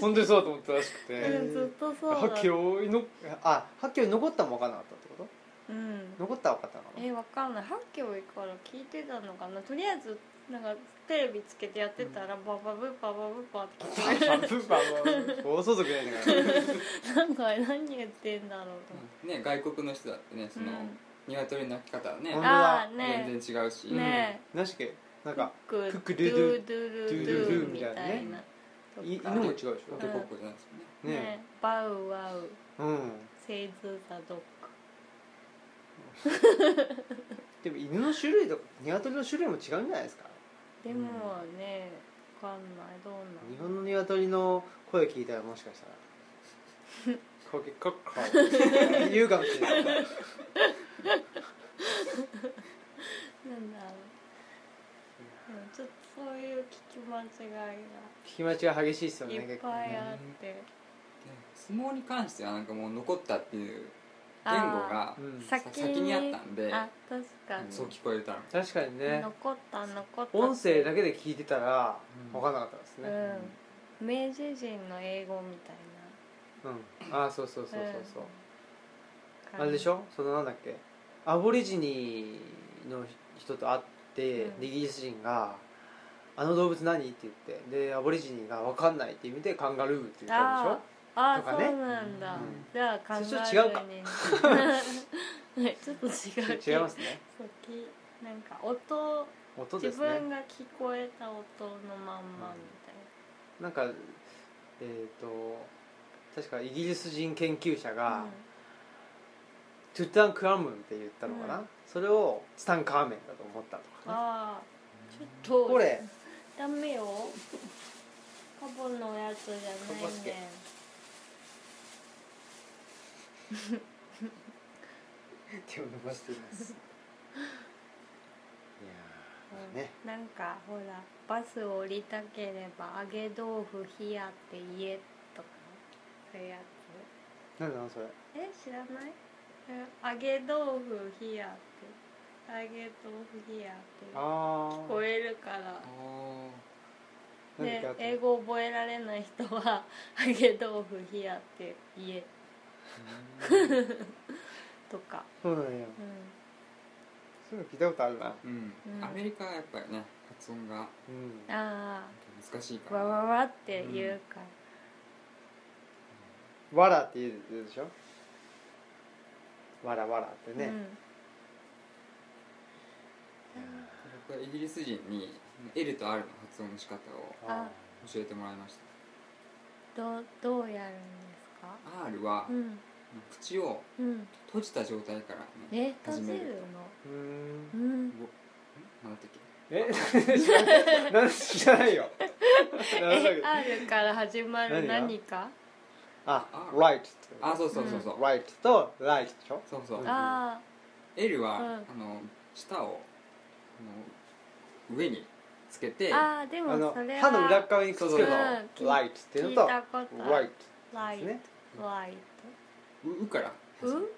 [SPEAKER 1] 本当にそうだと思ったらしく
[SPEAKER 2] うんずっとそうだった
[SPEAKER 1] をのあ発狂に残ったも分からなかったってこと
[SPEAKER 2] うん
[SPEAKER 1] 残ったは分かったのかな
[SPEAKER 2] えわかんない発狂いから聞いてたのかなとりあえずなんかテレビつけてやってたら「パパブーパパブーパ」って聞こえ
[SPEAKER 1] パンプパン放送族じゃないんだから
[SPEAKER 2] るなんか何言ってんだろうと思って
[SPEAKER 3] ね外国の人だってねその、
[SPEAKER 2] うん
[SPEAKER 3] 鶏の鳴き方はね
[SPEAKER 1] 本当だ
[SPEAKER 2] ああね
[SPEAKER 3] 全然違うし、
[SPEAKER 2] ね
[SPEAKER 1] 何しっけなんか
[SPEAKER 2] クッ
[SPEAKER 1] クック
[SPEAKER 2] ク
[SPEAKER 1] ド
[SPEAKER 2] ド
[SPEAKER 1] ゥ
[SPEAKER 2] ゥ
[SPEAKER 1] ドゥ
[SPEAKER 2] ドゥル
[SPEAKER 1] ドゥ
[SPEAKER 2] ド
[SPEAKER 1] ルドゥ
[SPEAKER 2] ゥみたい
[SPEAKER 1] み
[SPEAKER 2] なとか
[SPEAKER 1] い犬も違うでしょ
[SPEAKER 3] で国語じゃないですよね
[SPEAKER 1] ね
[SPEAKER 2] ねバウワウ
[SPEAKER 1] うん
[SPEAKER 2] セイズザドッグ
[SPEAKER 1] でも犬の種類とか鶏の種類も違うんじゃないですか
[SPEAKER 2] でもねわかんないどう
[SPEAKER 1] 日
[SPEAKER 2] なの
[SPEAKER 1] 本の鶏の声聞いたらもしかしたら 「コケコッコ」言うかもしれない
[SPEAKER 2] なんだろうでもちょっとそういう聞き間違い
[SPEAKER 1] 聞き間違い激しいですよ
[SPEAKER 2] が
[SPEAKER 1] ね
[SPEAKER 2] いっ
[SPEAKER 1] 結構
[SPEAKER 2] ぱい
[SPEAKER 1] ね
[SPEAKER 2] あって
[SPEAKER 3] 相撲に関してはなんかもう残ったっていう
[SPEAKER 2] あー
[SPEAKER 3] 言語が
[SPEAKER 1] うん
[SPEAKER 3] さ
[SPEAKER 2] 先
[SPEAKER 3] 先にあったんで
[SPEAKER 2] あ確か
[SPEAKER 3] そう
[SPEAKER 2] に
[SPEAKER 3] 聞こえたの
[SPEAKER 1] 確かにね
[SPEAKER 2] 残った残った
[SPEAKER 1] 音声だけで聞いてたら
[SPEAKER 3] うん
[SPEAKER 1] 分かんなかったですね
[SPEAKER 2] うん明治人の英語みたい
[SPEAKER 1] うんああそうそうそう
[SPEAKER 2] な
[SPEAKER 1] そうそう
[SPEAKER 2] うん
[SPEAKER 1] あれでしょそのなんだっけアボリジニの人と会って、
[SPEAKER 2] うん
[SPEAKER 1] でイギリス人が「あの動物何?」って言ってでアボリジニが「分かんない」って意味で「カンガルー」って言ったんでしょ
[SPEAKER 2] あーあ
[SPEAKER 1] と
[SPEAKER 2] ー、
[SPEAKER 1] かね
[SPEAKER 2] そうなんだ、
[SPEAKER 1] うん
[SPEAKER 2] じゃあ考え
[SPEAKER 1] それちょっと違うか
[SPEAKER 2] ね ちょっと違う
[SPEAKER 1] 違いますね
[SPEAKER 2] さっきなんか音、
[SPEAKER 1] 音で
[SPEAKER 2] 自
[SPEAKER 1] すね
[SPEAKER 2] 分が聞こえた音のまんまみたい
[SPEAKER 1] なんかえっ、と確かイギリス人研究者
[SPEAKER 2] な、
[SPEAKER 1] が、
[SPEAKER 2] うん
[SPEAKER 1] トゥタンクアムンって言ったのかな、
[SPEAKER 2] うん
[SPEAKER 1] それをツタンカーメンだと思ったとかね
[SPEAKER 2] ああちょっと
[SPEAKER 1] これ
[SPEAKER 2] ダメよカボのやつじゃない
[SPEAKER 1] カボスケ
[SPEAKER 2] ねん
[SPEAKER 1] 手を伸ばしていますいやーね
[SPEAKER 2] なんかほらバスを降りたければ揚げ豆腐冷やって言えとかそういうやつ
[SPEAKER 1] なんだなそれ
[SPEAKER 2] え知らないえ揚げ豆腐冷やって揚げ豆腐冷やって
[SPEAKER 1] あ
[SPEAKER 2] 聞こえるから
[SPEAKER 3] お
[SPEAKER 1] ーなんだ
[SPEAKER 2] で
[SPEAKER 1] っけあ
[SPEAKER 2] 英
[SPEAKER 1] と
[SPEAKER 2] 語覚えられない人は 「揚げ豆腐冷や」って言えとか、
[SPEAKER 1] そうなんや
[SPEAKER 2] う
[SPEAKER 1] そういうの聞いたことあるな
[SPEAKER 3] うん、
[SPEAKER 2] うん
[SPEAKER 3] アメリカはやっぱりね発音が
[SPEAKER 1] うん
[SPEAKER 2] ん、あ
[SPEAKER 3] 難しいか
[SPEAKER 2] あわ
[SPEAKER 3] ら
[SPEAKER 2] わわって言うから、
[SPEAKER 1] わらって言うでしょわらわらってね、
[SPEAKER 2] うん
[SPEAKER 3] 僕はイギリス人に L と R の発音の仕方を
[SPEAKER 1] あ
[SPEAKER 3] 教えてもらいまし
[SPEAKER 2] どうどうやるんですか
[SPEAKER 3] た R は
[SPEAKER 2] うん
[SPEAKER 3] 口を
[SPEAKER 2] うん
[SPEAKER 3] 閉じた状態から、ね、
[SPEAKER 2] え閉じるの
[SPEAKER 1] ーうーん
[SPEAKER 2] うん
[SPEAKER 3] 何だったっけ
[SPEAKER 1] え 知らないなん知らない よなんだっ
[SPEAKER 2] え
[SPEAKER 1] け
[SPEAKER 2] R から始まる何
[SPEAKER 1] 何
[SPEAKER 2] か
[SPEAKER 1] あ
[SPEAKER 3] あ
[SPEAKER 1] right って
[SPEAKER 3] あそうそうそうそう、
[SPEAKER 1] right と right でしょ
[SPEAKER 3] そうそ
[SPEAKER 1] ん
[SPEAKER 3] う、
[SPEAKER 2] あ
[SPEAKER 3] L は、
[SPEAKER 2] うん
[SPEAKER 3] あの舌をあの上につけて
[SPEAKER 2] ーあーで
[SPEAKER 1] あ
[SPEAKER 2] も
[SPEAKER 1] の
[SPEAKER 2] それは
[SPEAKER 1] 歯の裏側にくっつけるの
[SPEAKER 2] うん聞い
[SPEAKER 1] right っていうの
[SPEAKER 2] 聞い
[SPEAKER 1] と
[SPEAKER 2] たことあ
[SPEAKER 1] right
[SPEAKER 2] るラ
[SPEAKER 1] で
[SPEAKER 2] イ
[SPEAKER 1] すね
[SPEAKER 2] トライ
[SPEAKER 3] ううから
[SPEAKER 2] トう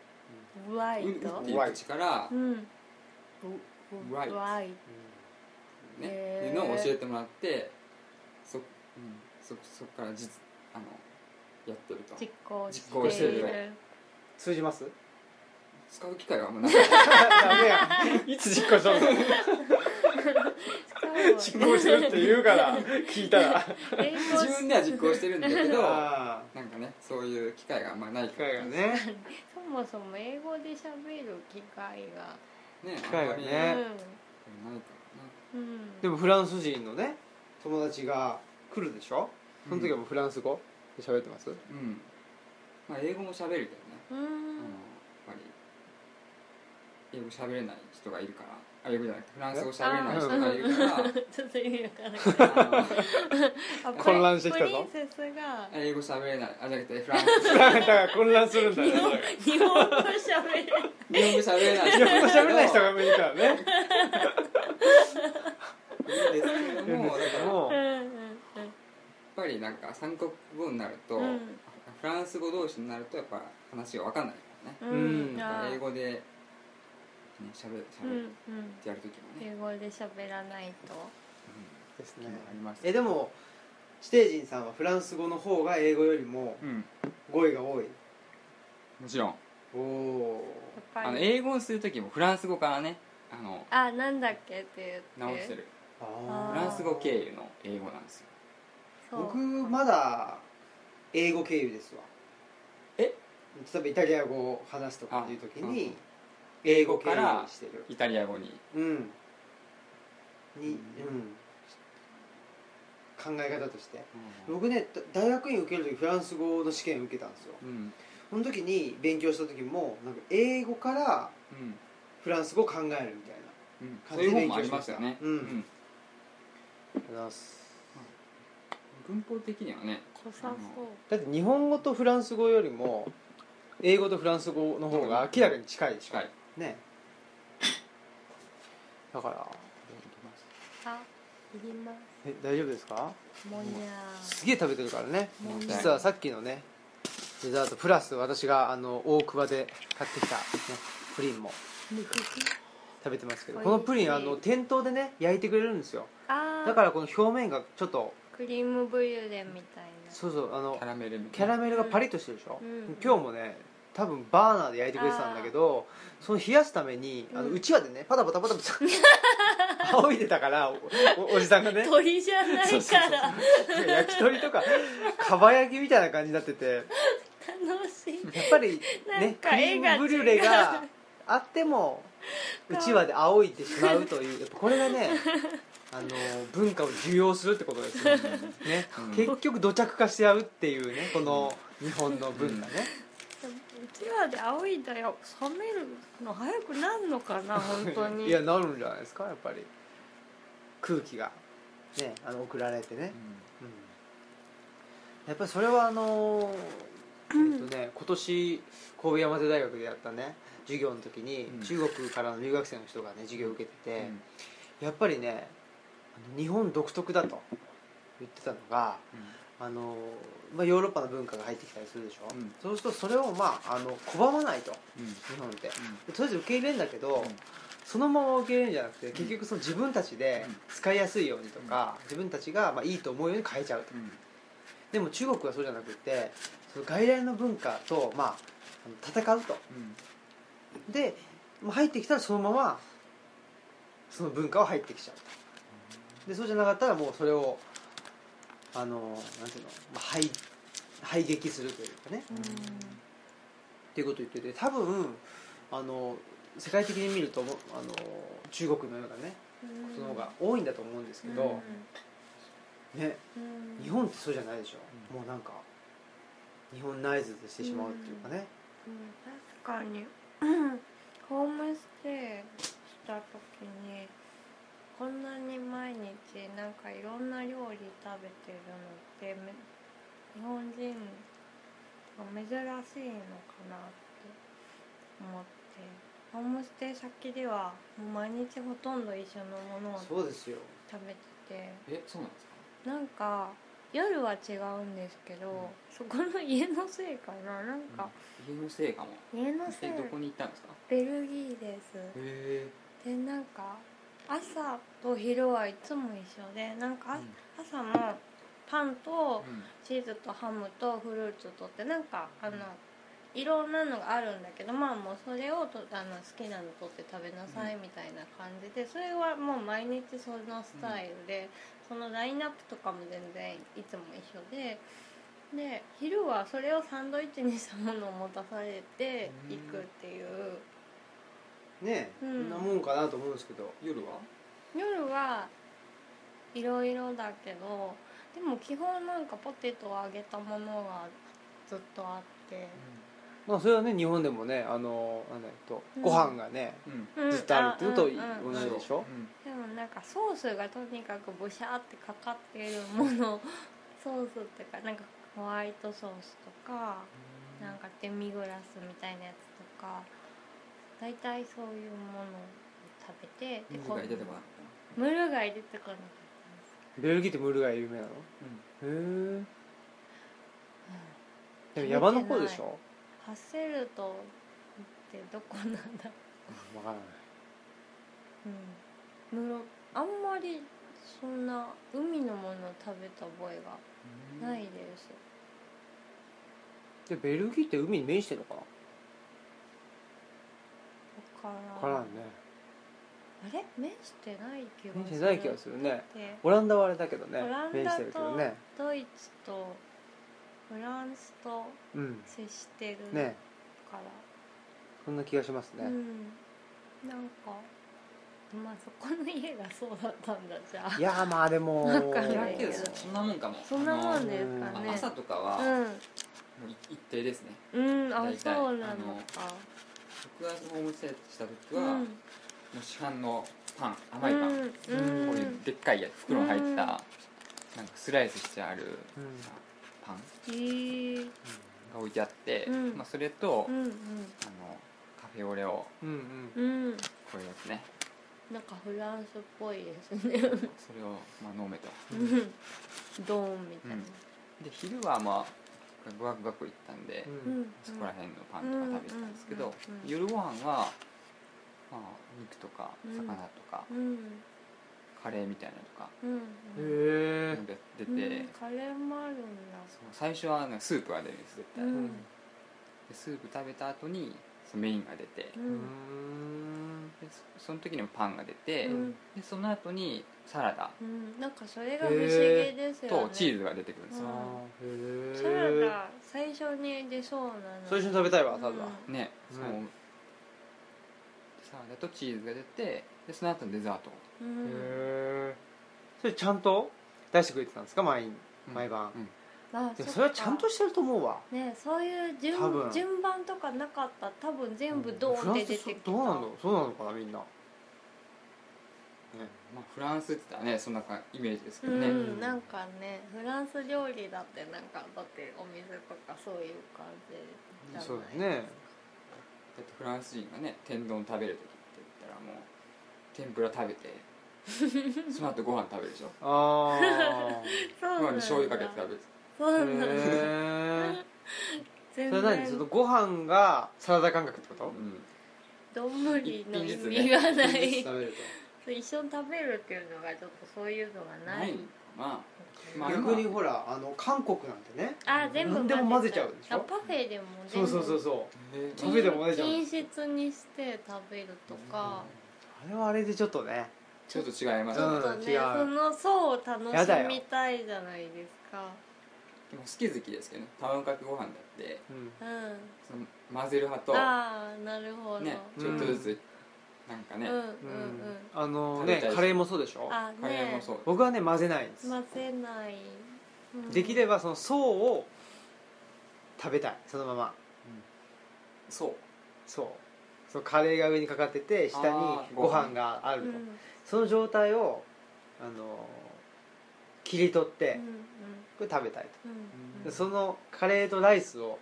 [SPEAKER 2] ラ
[SPEAKER 3] う
[SPEAKER 2] イ
[SPEAKER 3] うって
[SPEAKER 2] ト
[SPEAKER 3] いう口から
[SPEAKER 2] う、ん
[SPEAKER 3] ライト
[SPEAKER 2] ライト
[SPEAKER 3] ね
[SPEAKER 2] へー
[SPEAKER 3] いうのを教えてもらってそ,、うん、そそこから実あのやってると
[SPEAKER 2] 実行している
[SPEAKER 3] 実行してる
[SPEAKER 1] 通じます
[SPEAKER 3] 使う機会はあんまな い実
[SPEAKER 1] ダメや いつ実行したの
[SPEAKER 2] 使
[SPEAKER 1] 実
[SPEAKER 2] うわ
[SPEAKER 1] 行してる って言うから聞いたら
[SPEAKER 2] 英語
[SPEAKER 3] 分では実行してるんだけ どな
[SPEAKER 1] あ
[SPEAKER 3] んかねそういう機会があんまない
[SPEAKER 1] ー機
[SPEAKER 3] から
[SPEAKER 1] 会がね
[SPEAKER 2] そもそも英語で喋る機会が、
[SPEAKER 3] ね
[SPEAKER 1] 機会が
[SPEAKER 3] あんまり
[SPEAKER 1] ね
[SPEAKER 3] ないか
[SPEAKER 2] うんうん
[SPEAKER 1] でもフランス人のね友達が来るでしょ
[SPEAKER 3] ら
[SPEAKER 1] その時はもうフランス語で喋ってます
[SPEAKER 3] うん、うんまあ、英語も喋るけどね、
[SPEAKER 2] う
[SPEAKER 3] あのやっ
[SPEAKER 2] ん
[SPEAKER 3] ぱり英語喋れない人がいるからあ英語じゃなくてフランス語喋れない人がいるから
[SPEAKER 2] ちょっと意味わからない
[SPEAKER 3] あの
[SPEAKER 2] あプリ
[SPEAKER 1] 混乱してきたぞ
[SPEAKER 2] プリンセスが
[SPEAKER 3] 英語喋れないあじゃなくてフラン ス
[SPEAKER 1] だから混乱するんだよね
[SPEAKER 2] 日本語喋れる
[SPEAKER 3] 日本語喋れない
[SPEAKER 1] い
[SPEAKER 3] 人
[SPEAKER 1] や本当喋れない人がいるからね
[SPEAKER 3] いいんですけどもだからやっ
[SPEAKER 1] も
[SPEAKER 2] うん
[SPEAKER 3] ぱりなんか三国語になると、
[SPEAKER 2] うん
[SPEAKER 3] フランス語同士になるとやっぱ話が分かんないからね、
[SPEAKER 2] うんうん
[SPEAKER 1] うん
[SPEAKER 2] じ
[SPEAKER 3] やっ
[SPEAKER 2] ゃあ
[SPEAKER 3] ぱ英語で、ね、しゃべしゃ
[SPEAKER 2] う
[SPEAKER 3] べ
[SPEAKER 2] んう
[SPEAKER 3] っ
[SPEAKER 2] ん
[SPEAKER 3] てやるときもね、
[SPEAKER 2] 英語で喋らないと
[SPEAKER 1] です
[SPEAKER 3] うん
[SPEAKER 1] ね
[SPEAKER 3] あります
[SPEAKER 1] えでもステージンさんはフランス語の方が英語よりも
[SPEAKER 3] うん
[SPEAKER 1] 語彙が多い
[SPEAKER 3] もちろん
[SPEAKER 1] おお
[SPEAKER 2] やっ
[SPEAKER 3] あ
[SPEAKER 2] ぱ
[SPEAKER 3] の
[SPEAKER 2] り
[SPEAKER 3] 英語にするときもフランス語からねあの
[SPEAKER 2] あなんだっけって言って
[SPEAKER 3] 直してる
[SPEAKER 2] あ
[SPEAKER 3] フ
[SPEAKER 2] ー
[SPEAKER 3] ランス語経由の英語なんですよ
[SPEAKER 2] そう
[SPEAKER 1] 僕まだ英語経由ですわ
[SPEAKER 3] え
[SPEAKER 1] 例えばイタリア語を話すとかっていう時
[SPEAKER 3] あうん
[SPEAKER 1] に英語経由にしてる
[SPEAKER 3] イタリア語に
[SPEAKER 1] うんに、うん、考え方として僕ねだ大学院受ける時フランス語の試験受けたんですよ
[SPEAKER 3] うん
[SPEAKER 1] その時に勉強した時もなんか英語から
[SPEAKER 3] うん
[SPEAKER 1] フランス語を考えるみたい
[SPEAKER 3] うんそ
[SPEAKER 1] 感
[SPEAKER 3] う
[SPEAKER 1] じで
[SPEAKER 3] いう本
[SPEAKER 1] 勉
[SPEAKER 3] もあ
[SPEAKER 1] 強
[SPEAKER 3] り
[SPEAKER 1] し
[SPEAKER 3] ま
[SPEAKER 1] ました
[SPEAKER 3] すよね、
[SPEAKER 1] うんな
[SPEAKER 3] 文法的にはね
[SPEAKER 2] 濃さそう
[SPEAKER 1] だって日本語とフランス語よりも英語とフランス語の方が明らかに近いでしょ
[SPEAKER 3] 近い
[SPEAKER 1] ねだから
[SPEAKER 2] あいります
[SPEAKER 1] え大丈夫ですか
[SPEAKER 2] もにゃ
[SPEAKER 1] すげえ食べてるからね
[SPEAKER 2] もにゃ
[SPEAKER 1] 実はさっきのねデザートプラス私があの大久保で買ってきた、ね、プリンも食べてますけど
[SPEAKER 2] 美
[SPEAKER 1] こ
[SPEAKER 2] 味しい
[SPEAKER 1] のプリンあの店頭でね焼いてくれるんですよ
[SPEAKER 2] あ
[SPEAKER 1] だか
[SPEAKER 2] だから
[SPEAKER 1] らこの表面がちょっと
[SPEAKER 2] クリームブリュレみたいな
[SPEAKER 1] そうそうあの
[SPEAKER 3] キャラメルみ
[SPEAKER 1] キャラメルがパリッとしてるでしょ、
[SPEAKER 2] うんうん
[SPEAKER 1] 今日もね多分バーナーで焼いてくれてたんだけどその冷やすためにあの
[SPEAKER 2] うん
[SPEAKER 1] うちわでねパタパタパタパ タ仰いでたからおおおじさんがね
[SPEAKER 2] 鳥じゃない
[SPEAKER 1] そうそう
[SPEAKER 2] から
[SPEAKER 1] 焼き鳥とかかば焼きみたいな感じになってて
[SPEAKER 2] 楽しい
[SPEAKER 1] やっぱり
[SPEAKER 2] なん
[SPEAKER 1] ねク
[SPEAKER 2] か
[SPEAKER 1] リ
[SPEAKER 2] 絵
[SPEAKER 1] ー
[SPEAKER 2] が違う
[SPEAKER 1] ムブリュレがあってもうちわで仰いでしまうというやっぱこれがねあの文化を受容するってことですよねね
[SPEAKER 3] うん
[SPEAKER 1] 結局土着化し合うっていうねこの日本の文化ね、
[SPEAKER 2] でもうちわで仰いだよ冷めるの早くなんのかな本当に
[SPEAKER 1] いやなるんじゃないですかやっぱり空気がねあの送られてね、
[SPEAKER 3] うん
[SPEAKER 1] うんやっぱりそれはあのえっとね、今年神戸山手大学でやったね授業の時に、
[SPEAKER 3] うん
[SPEAKER 1] 中国からの留学生の人がね授業を受けてて、やっぱりねあの日本独特だと言ってたのがあの、まあ、ヨーロッパの文化が入ってきたりするでしょ、
[SPEAKER 3] うん
[SPEAKER 1] そうするとそれをまああの拒まないと
[SPEAKER 3] うんうん
[SPEAKER 1] 日本ってでとりあえず受け入れるんだけど、
[SPEAKER 3] うん
[SPEAKER 1] そのまま受け入れるんじゃなくて結局その自分たちで
[SPEAKER 3] うん
[SPEAKER 1] 使いやすいようにとか、自分たちがまあいいと思うように変えちゃうと
[SPEAKER 3] うん
[SPEAKER 1] でも中国はそうじゃなくてその外来の文化と、まあ、あの戦うと
[SPEAKER 3] うん
[SPEAKER 1] でまあ入ってきたらそのままその文化は入ってきちゃうとでそうじゃなかったらもうそれをあのなんていうの、まあ、排排撃するというかねっていうことを言ってて多分あの世界的に見るともあの中国のようなね
[SPEAKER 2] うん
[SPEAKER 1] ことの方が多いんだと思うんですけど、ね、
[SPEAKER 2] うん
[SPEAKER 1] 日本ってそうじゃないでしょ、
[SPEAKER 3] う
[SPEAKER 1] もうなんか日本ナイズしてしまうっていうかね、
[SPEAKER 2] うん確かにうんホームステイした時にこんなに毎日なんかいろんな料理食べてるのってめ日本人珍しいのかなって思ってホームステイ先ではもう毎日ほとんど一緒のものを食
[SPEAKER 1] そうですよ、
[SPEAKER 2] べてて。
[SPEAKER 3] えそうなんですか
[SPEAKER 2] なんか夜は違うんですけど、そこの家のせいかななんか、
[SPEAKER 3] 家のせいかも
[SPEAKER 2] 家のせい
[SPEAKER 3] えどこに行ったんですか
[SPEAKER 2] ベルギーです
[SPEAKER 3] へ
[SPEAKER 2] でなんか朝と昼はいつも一緒でなんか、朝もパン
[SPEAKER 3] う
[SPEAKER 2] と
[SPEAKER 3] ん
[SPEAKER 2] チーズとハムとフルーツとってなんかあのいろんなのがあるんだけどまあもうそれをとあの好きなの取って食べなさいみたいな感じでそれはもう毎日そのスタイルで、そのラインナップとかも全然いつも一緒でで昼はそれをサンドイッチにしたものを持たされていくっていう
[SPEAKER 1] ねえ、
[SPEAKER 2] う
[SPEAKER 1] そん
[SPEAKER 2] ん
[SPEAKER 1] なもんかなと思うんですけど
[SPEAKER 3] 夜は
[SPEAKER 2] 夜はいろいろだけどでも基本なんかポテトを揚げたものがずっとあって。
[SPEAKER 1] まあそれはね日本でもねあのなんだっけと
[SPEAKER 2] うん
[SPEAKER 1] ご飯がね、
[SPEAKER 3] うん
[SPEAKER 2] うん
[SPEAKER 1] ずっとあるっていうのと
[SPEAKER 2] んん
[SPEAKER 1] 同じでしょ
[SPEAKER 3] うん
[SPEAKER 2] でもなんかソースがとにかくボシャーってかかっているもの ソースっていうかなんかホワイトソースとかなんかデミグラスみたいなやつとか大体そういうものを食べて
[SPEAKER 3] 水
[SPEAKER 2] こ
[SPEAKER 3] が
[SPEAKER 2] う
[SPEAKER 3] 出てこなかっ
[SPEAKER 2] ムール貝出てこなかっ
[SPEAKER 1] ベルギーってムール貝有名なの
[SPEAKER 3] たうん
[SPEAKER 1] へ
[SPEAKER 2] たんで
[SPEAKER 1] えでも山の方でしょ
[SPEAKER 2] す、ハッセルトってどこなんだ
[SPEAKER 1] 分からない
[SPEAKER 2] うん室あんまりそんな海のものを食べた覚えがないです、
[SPEAKER 1] でベルギーって海に面してるのか
[SPEAKER 2] わから
[SPEAKER 1] なん分からんね
[SPEAKER 2] あれ面してない気がする
[SPEAKER 1] 面してない気がするね
[SPEAKER 2] で
[SPEAKER 1] オランダはあれだけどね
[SPEAKER 2] オラン
[SPEAKER 1] 面し
[SPEAKER 2] ダ
[SPEAKER 1] て
[SPEAKER 2] と
[SPEAKER 1] るけどね
[SPEAKER 2] ドイツとフランスと
[SPEAKER 1] うん
[SPEAKER 2] 接してるから、
[SPEAKER 1] ねそんな気がしますね、
[SPEAKER 2] うんなんかまあそこの家がそうだったんだじゃあ
[SPEAKER 1] いやーまあでも
[SPEAKER 2] わかん
[SPEAKER 3] い
[SPEAKER 2] な
[SPEAKER 3] や
[SPEAKER 2] い
[SPEAKER 3] けど
[SPEAKER 2] ど
[SPEAKER 3] そんなもんかも
[SPEAKER 2] そんなもんです
[SPEAKER 1] あ
[SPEAKER 2] か
[SPEAKER 3] あの
[SPEAKER 2] ね
[SPEAKER 3] 朝とかはもう一定ですね
[SPEAKER 2] うん、うん、あ
[SPEAKER 3] 大体
[SPEAKER 2] そうなのか
[SPEAKER 3] 僕がホームステイした時
[SPEAKER 2] う
[SPEAKER 3] は
[SPEAKER 2] ん
[SPEAKER 3] もう市販のパン甘いパンこ
[SPEAKER 2] うん
[SPEAKER 3] う
[SPEAKER 2] う
[SPEAKER 3] い
[SPEAKER 2] ん
[SPEAKER 3] うでっかいやつ袋に入っ
[SPEAKER 2] う
[SPEAKER 3] た
[SPEAKER 2] ん
[SPEAKER 3] なんかスライスしてある
[SPEAKER 1] うん
[SPEAKER 3] パン
[SPEAKER 2] えー
[SPEAKER 3] が置いてあって
[SPEAKER 2] うん
[SPEAKER 3] まあそれと
[SPEAKER 2] う
[SPEAKER 3] あ
[SPEAKER 2] ん
[SPEAKER 3] のカフェオレを
[SPEAKER 1] うんうん
[SPEAKER 2] うんうん
[SPEAKER 3] こういうやつ ね
[SPEAKER 2] なんかフランスっぽいですね
[SPEAKER 3] それをまあ飲めと
[SPEAKER 2] うんドーンみたいな、
[SPEAKER 3] で昼はまあガクガク行ったんで
[SPEAKER 1] う
[SPEAKER 2] うんん、
[SPEAKER 3] そこら辺のパンとか食べてたんですけど
[SPEAKER 2] うんうんうん
[SPEAKER 3] 夜ご飯はまあ肉とか
[SPEAKER 2] うん
[SPEAKER 3] 魚とか
[SPEAKER 2] うん
[SPEAKER 3] カレーみたいなのとか
[SPEAKER 2] うんうん
[SPEAKER 1] へえ
[SPEAKER 3] なんか出て、
[SPEAKER 2] うんカレーもあるん
[SPEAKER 3] その最初はねスープが出るんです絶
[SPEAKER 2] だ
[SPEAKER 3] 対、
[SPEAKER 2] う
[SPEAKER 3] で
[SPEAKER 2] ん
[SPEAKER 3] スープ食べた後にそのメインが出て、
[SPEAKER 2] う
[SPEAKER 1] うんん
[SPEAKER 3] でそその時にもパンが出て、
[SPEAKER 2] うん
[SPEAKER 3] でその後にサラダ
[SPEAKER 2] うんなんかそれが不思議ですよね
[SPEAKER 3] とチーズが出てくるんです
[SPEAKER 1] あ
[SPEAKER 3] よ、
[SPEAKER 1] ーへえ
[SPEAKER 2] サラダ最初に出そうなの
[SPEAKER 1] 最初に食べたいわサラダ
[SPEAKER 2] う
[SPEAKER 3] ね
[SPEAKER 1] うん
[SPEAKER 3] そのサラダとチーズが出てでその後にデザート、
[SPEAKER 1] へ
[SPEAKER 2] んうん
[SPEAKER 1] えそれちゃんと出してくれてたんですか毎日
[SPEAKER 3] うん
[SPEAKER 1] 毎晩
[SPEAKER 3] うん
[SPEAKER 2] あ
[SPEAKER 1] でも
[SPEAKER 2] っか
[SPEAKER 1] それはちゃんとしてると思うわ
[SPEAKER 2] ねそういう
[SPEAKER 1] 多分
[SPEAKER 2] 順順番とかなかった多分全部ドーンって出てき
[SPEAKER 1] フ
[SPEAKER 2] た
[SPEAKER 1] ランスそうどうなのそうなのかなみんな
[SPEAKER 3] まあ、フランスって言ったらねそんなかイメージですけ
[SPEAKER 2] う
[SPEAKER 3] どね、うん
[SPEAKER 2] ん、なんかねフランス料理だってなんかだってお水とかそういう感じじゃない
[SPEAKER 1] そうだね
[SPEAKER 3] だってフランス人がね天丼食べる時って言ったらもう天ぷら食 べてその後ご飯食べるでしょ
[SPEAKER 1] ああ
[SPEAKER 2] そう
[SPEAKER 3] ご
[SPEAKER 2] な
[SPEAKER 3] 飯
[SPEAKER 2] ん
[SPEAKER 3] に
[SPEAKER 2] だ
[SPEAKER 3] 醤油かけて食べる
[SPEAKER 2] そうなんだ
[SPEAKER 1] へえ
[SPEAKER 2] 全
[SPEAKER 1] それ何
[SPEAKER 2] 然
[SPEAKER 1] そのご飯がサラダ感覚ってこと
[SPEAKER 3] うん
[SPEAKER 2] 丼の意味がな
[SPEAKER 1] 一品ずつ
[SPEAKER 2] い
[SPEAKER 1] 食べる
[SPEAKER 2] そう一緒に食べるっていうのがちょっとそういうのがな
[SPEAKER 3] ないいのかな
[SPEAKER 1] と
[SPEAKER 3] まあ
[SPEAKER 1] 逆にほらあの韓国なんてね
[SPEAKER 2] あ全部
[SPEAKER 1] 何でも混ぜちゃうでしょ
[SPEAKER 2] あパフェでも全
[SPEAKER 1] そう
[SPEAKER 2] 部
[SPEAKER 1] そうそうそう
[SPEAKER 3] え
[SPEAKER 1] 食べてもねじゃん
[SPEAKER 2] 均質にして食べるとか、
[SPEAKER 1] あれはあれでちょっとね
[SPEAKER 3] ちょっと違います
[SPEAKER 2] ち
[SPEAKER 3] ね、
[SPEAKER 1] うん
[SPEAKER 2] ょっとね
[SPEAKER 1] 違う
[SPEAKER 2] その層を楽
[SPEAKER 1] やだ
[SPEAKER 2] し
[SPEAKER 1] よ
[SPEAKER 2] みたいじゃないですか
[SPEAKER 3] でも好き好きですけどね卵かけご飯だって
[SPEAKER 1] うん
[SPEAKER 2] う
[SPEAKER 3] その混ぜる派
[SPEAKER 2] ん
[SPEAKER 3] と
[SPEAKER 2] ああなるほど、
[SPEAKER 3] ね
[SPEAKER 1] うん
[SPEAKER 3] ちょっとずつなんか
[SPEAKER 2] うん
[SPEAKER 3] ね、
[SPEAKER 2] うんうん、
[SPEAKER 1] あの
[SPEAKER 3] 食べたい
[SPEAKER 1] ね
[SPEAKER 3] です
[SPEAKER 1] カレーもそうでしょ
[SPEAKER 2] あ
[SPEAKER 3] カレー
[SPEAKER 2] ね
[SPEAKER 3] もそう
[SPEAKER 1] 僕はね混ぜないんです
[SPEAKER 2] 混ぜない、うん
[SPEAKER 1] できればその層を食べたいそのまま
[SPEAKER 3] そう
[SPEAKER 1] そうそうカレーが上にかかってて下に
[SPEAKER 3] あー
[SPEAKER 1] ご飯があ
[SPEAKER 2] う
[SPEAKER 1] る
[SPEAKER 2] ん
[SPEAKER 1] と、
[SPEAKER 2] うん
[SPEAKER 1] その状態をあの切り取って、
[SPEAKER 2] うん
[SPEAKER 1] これ食べたいと、
[SPEAKER 2] うんうん
[SPEAKER 1] でそのカレーとライスを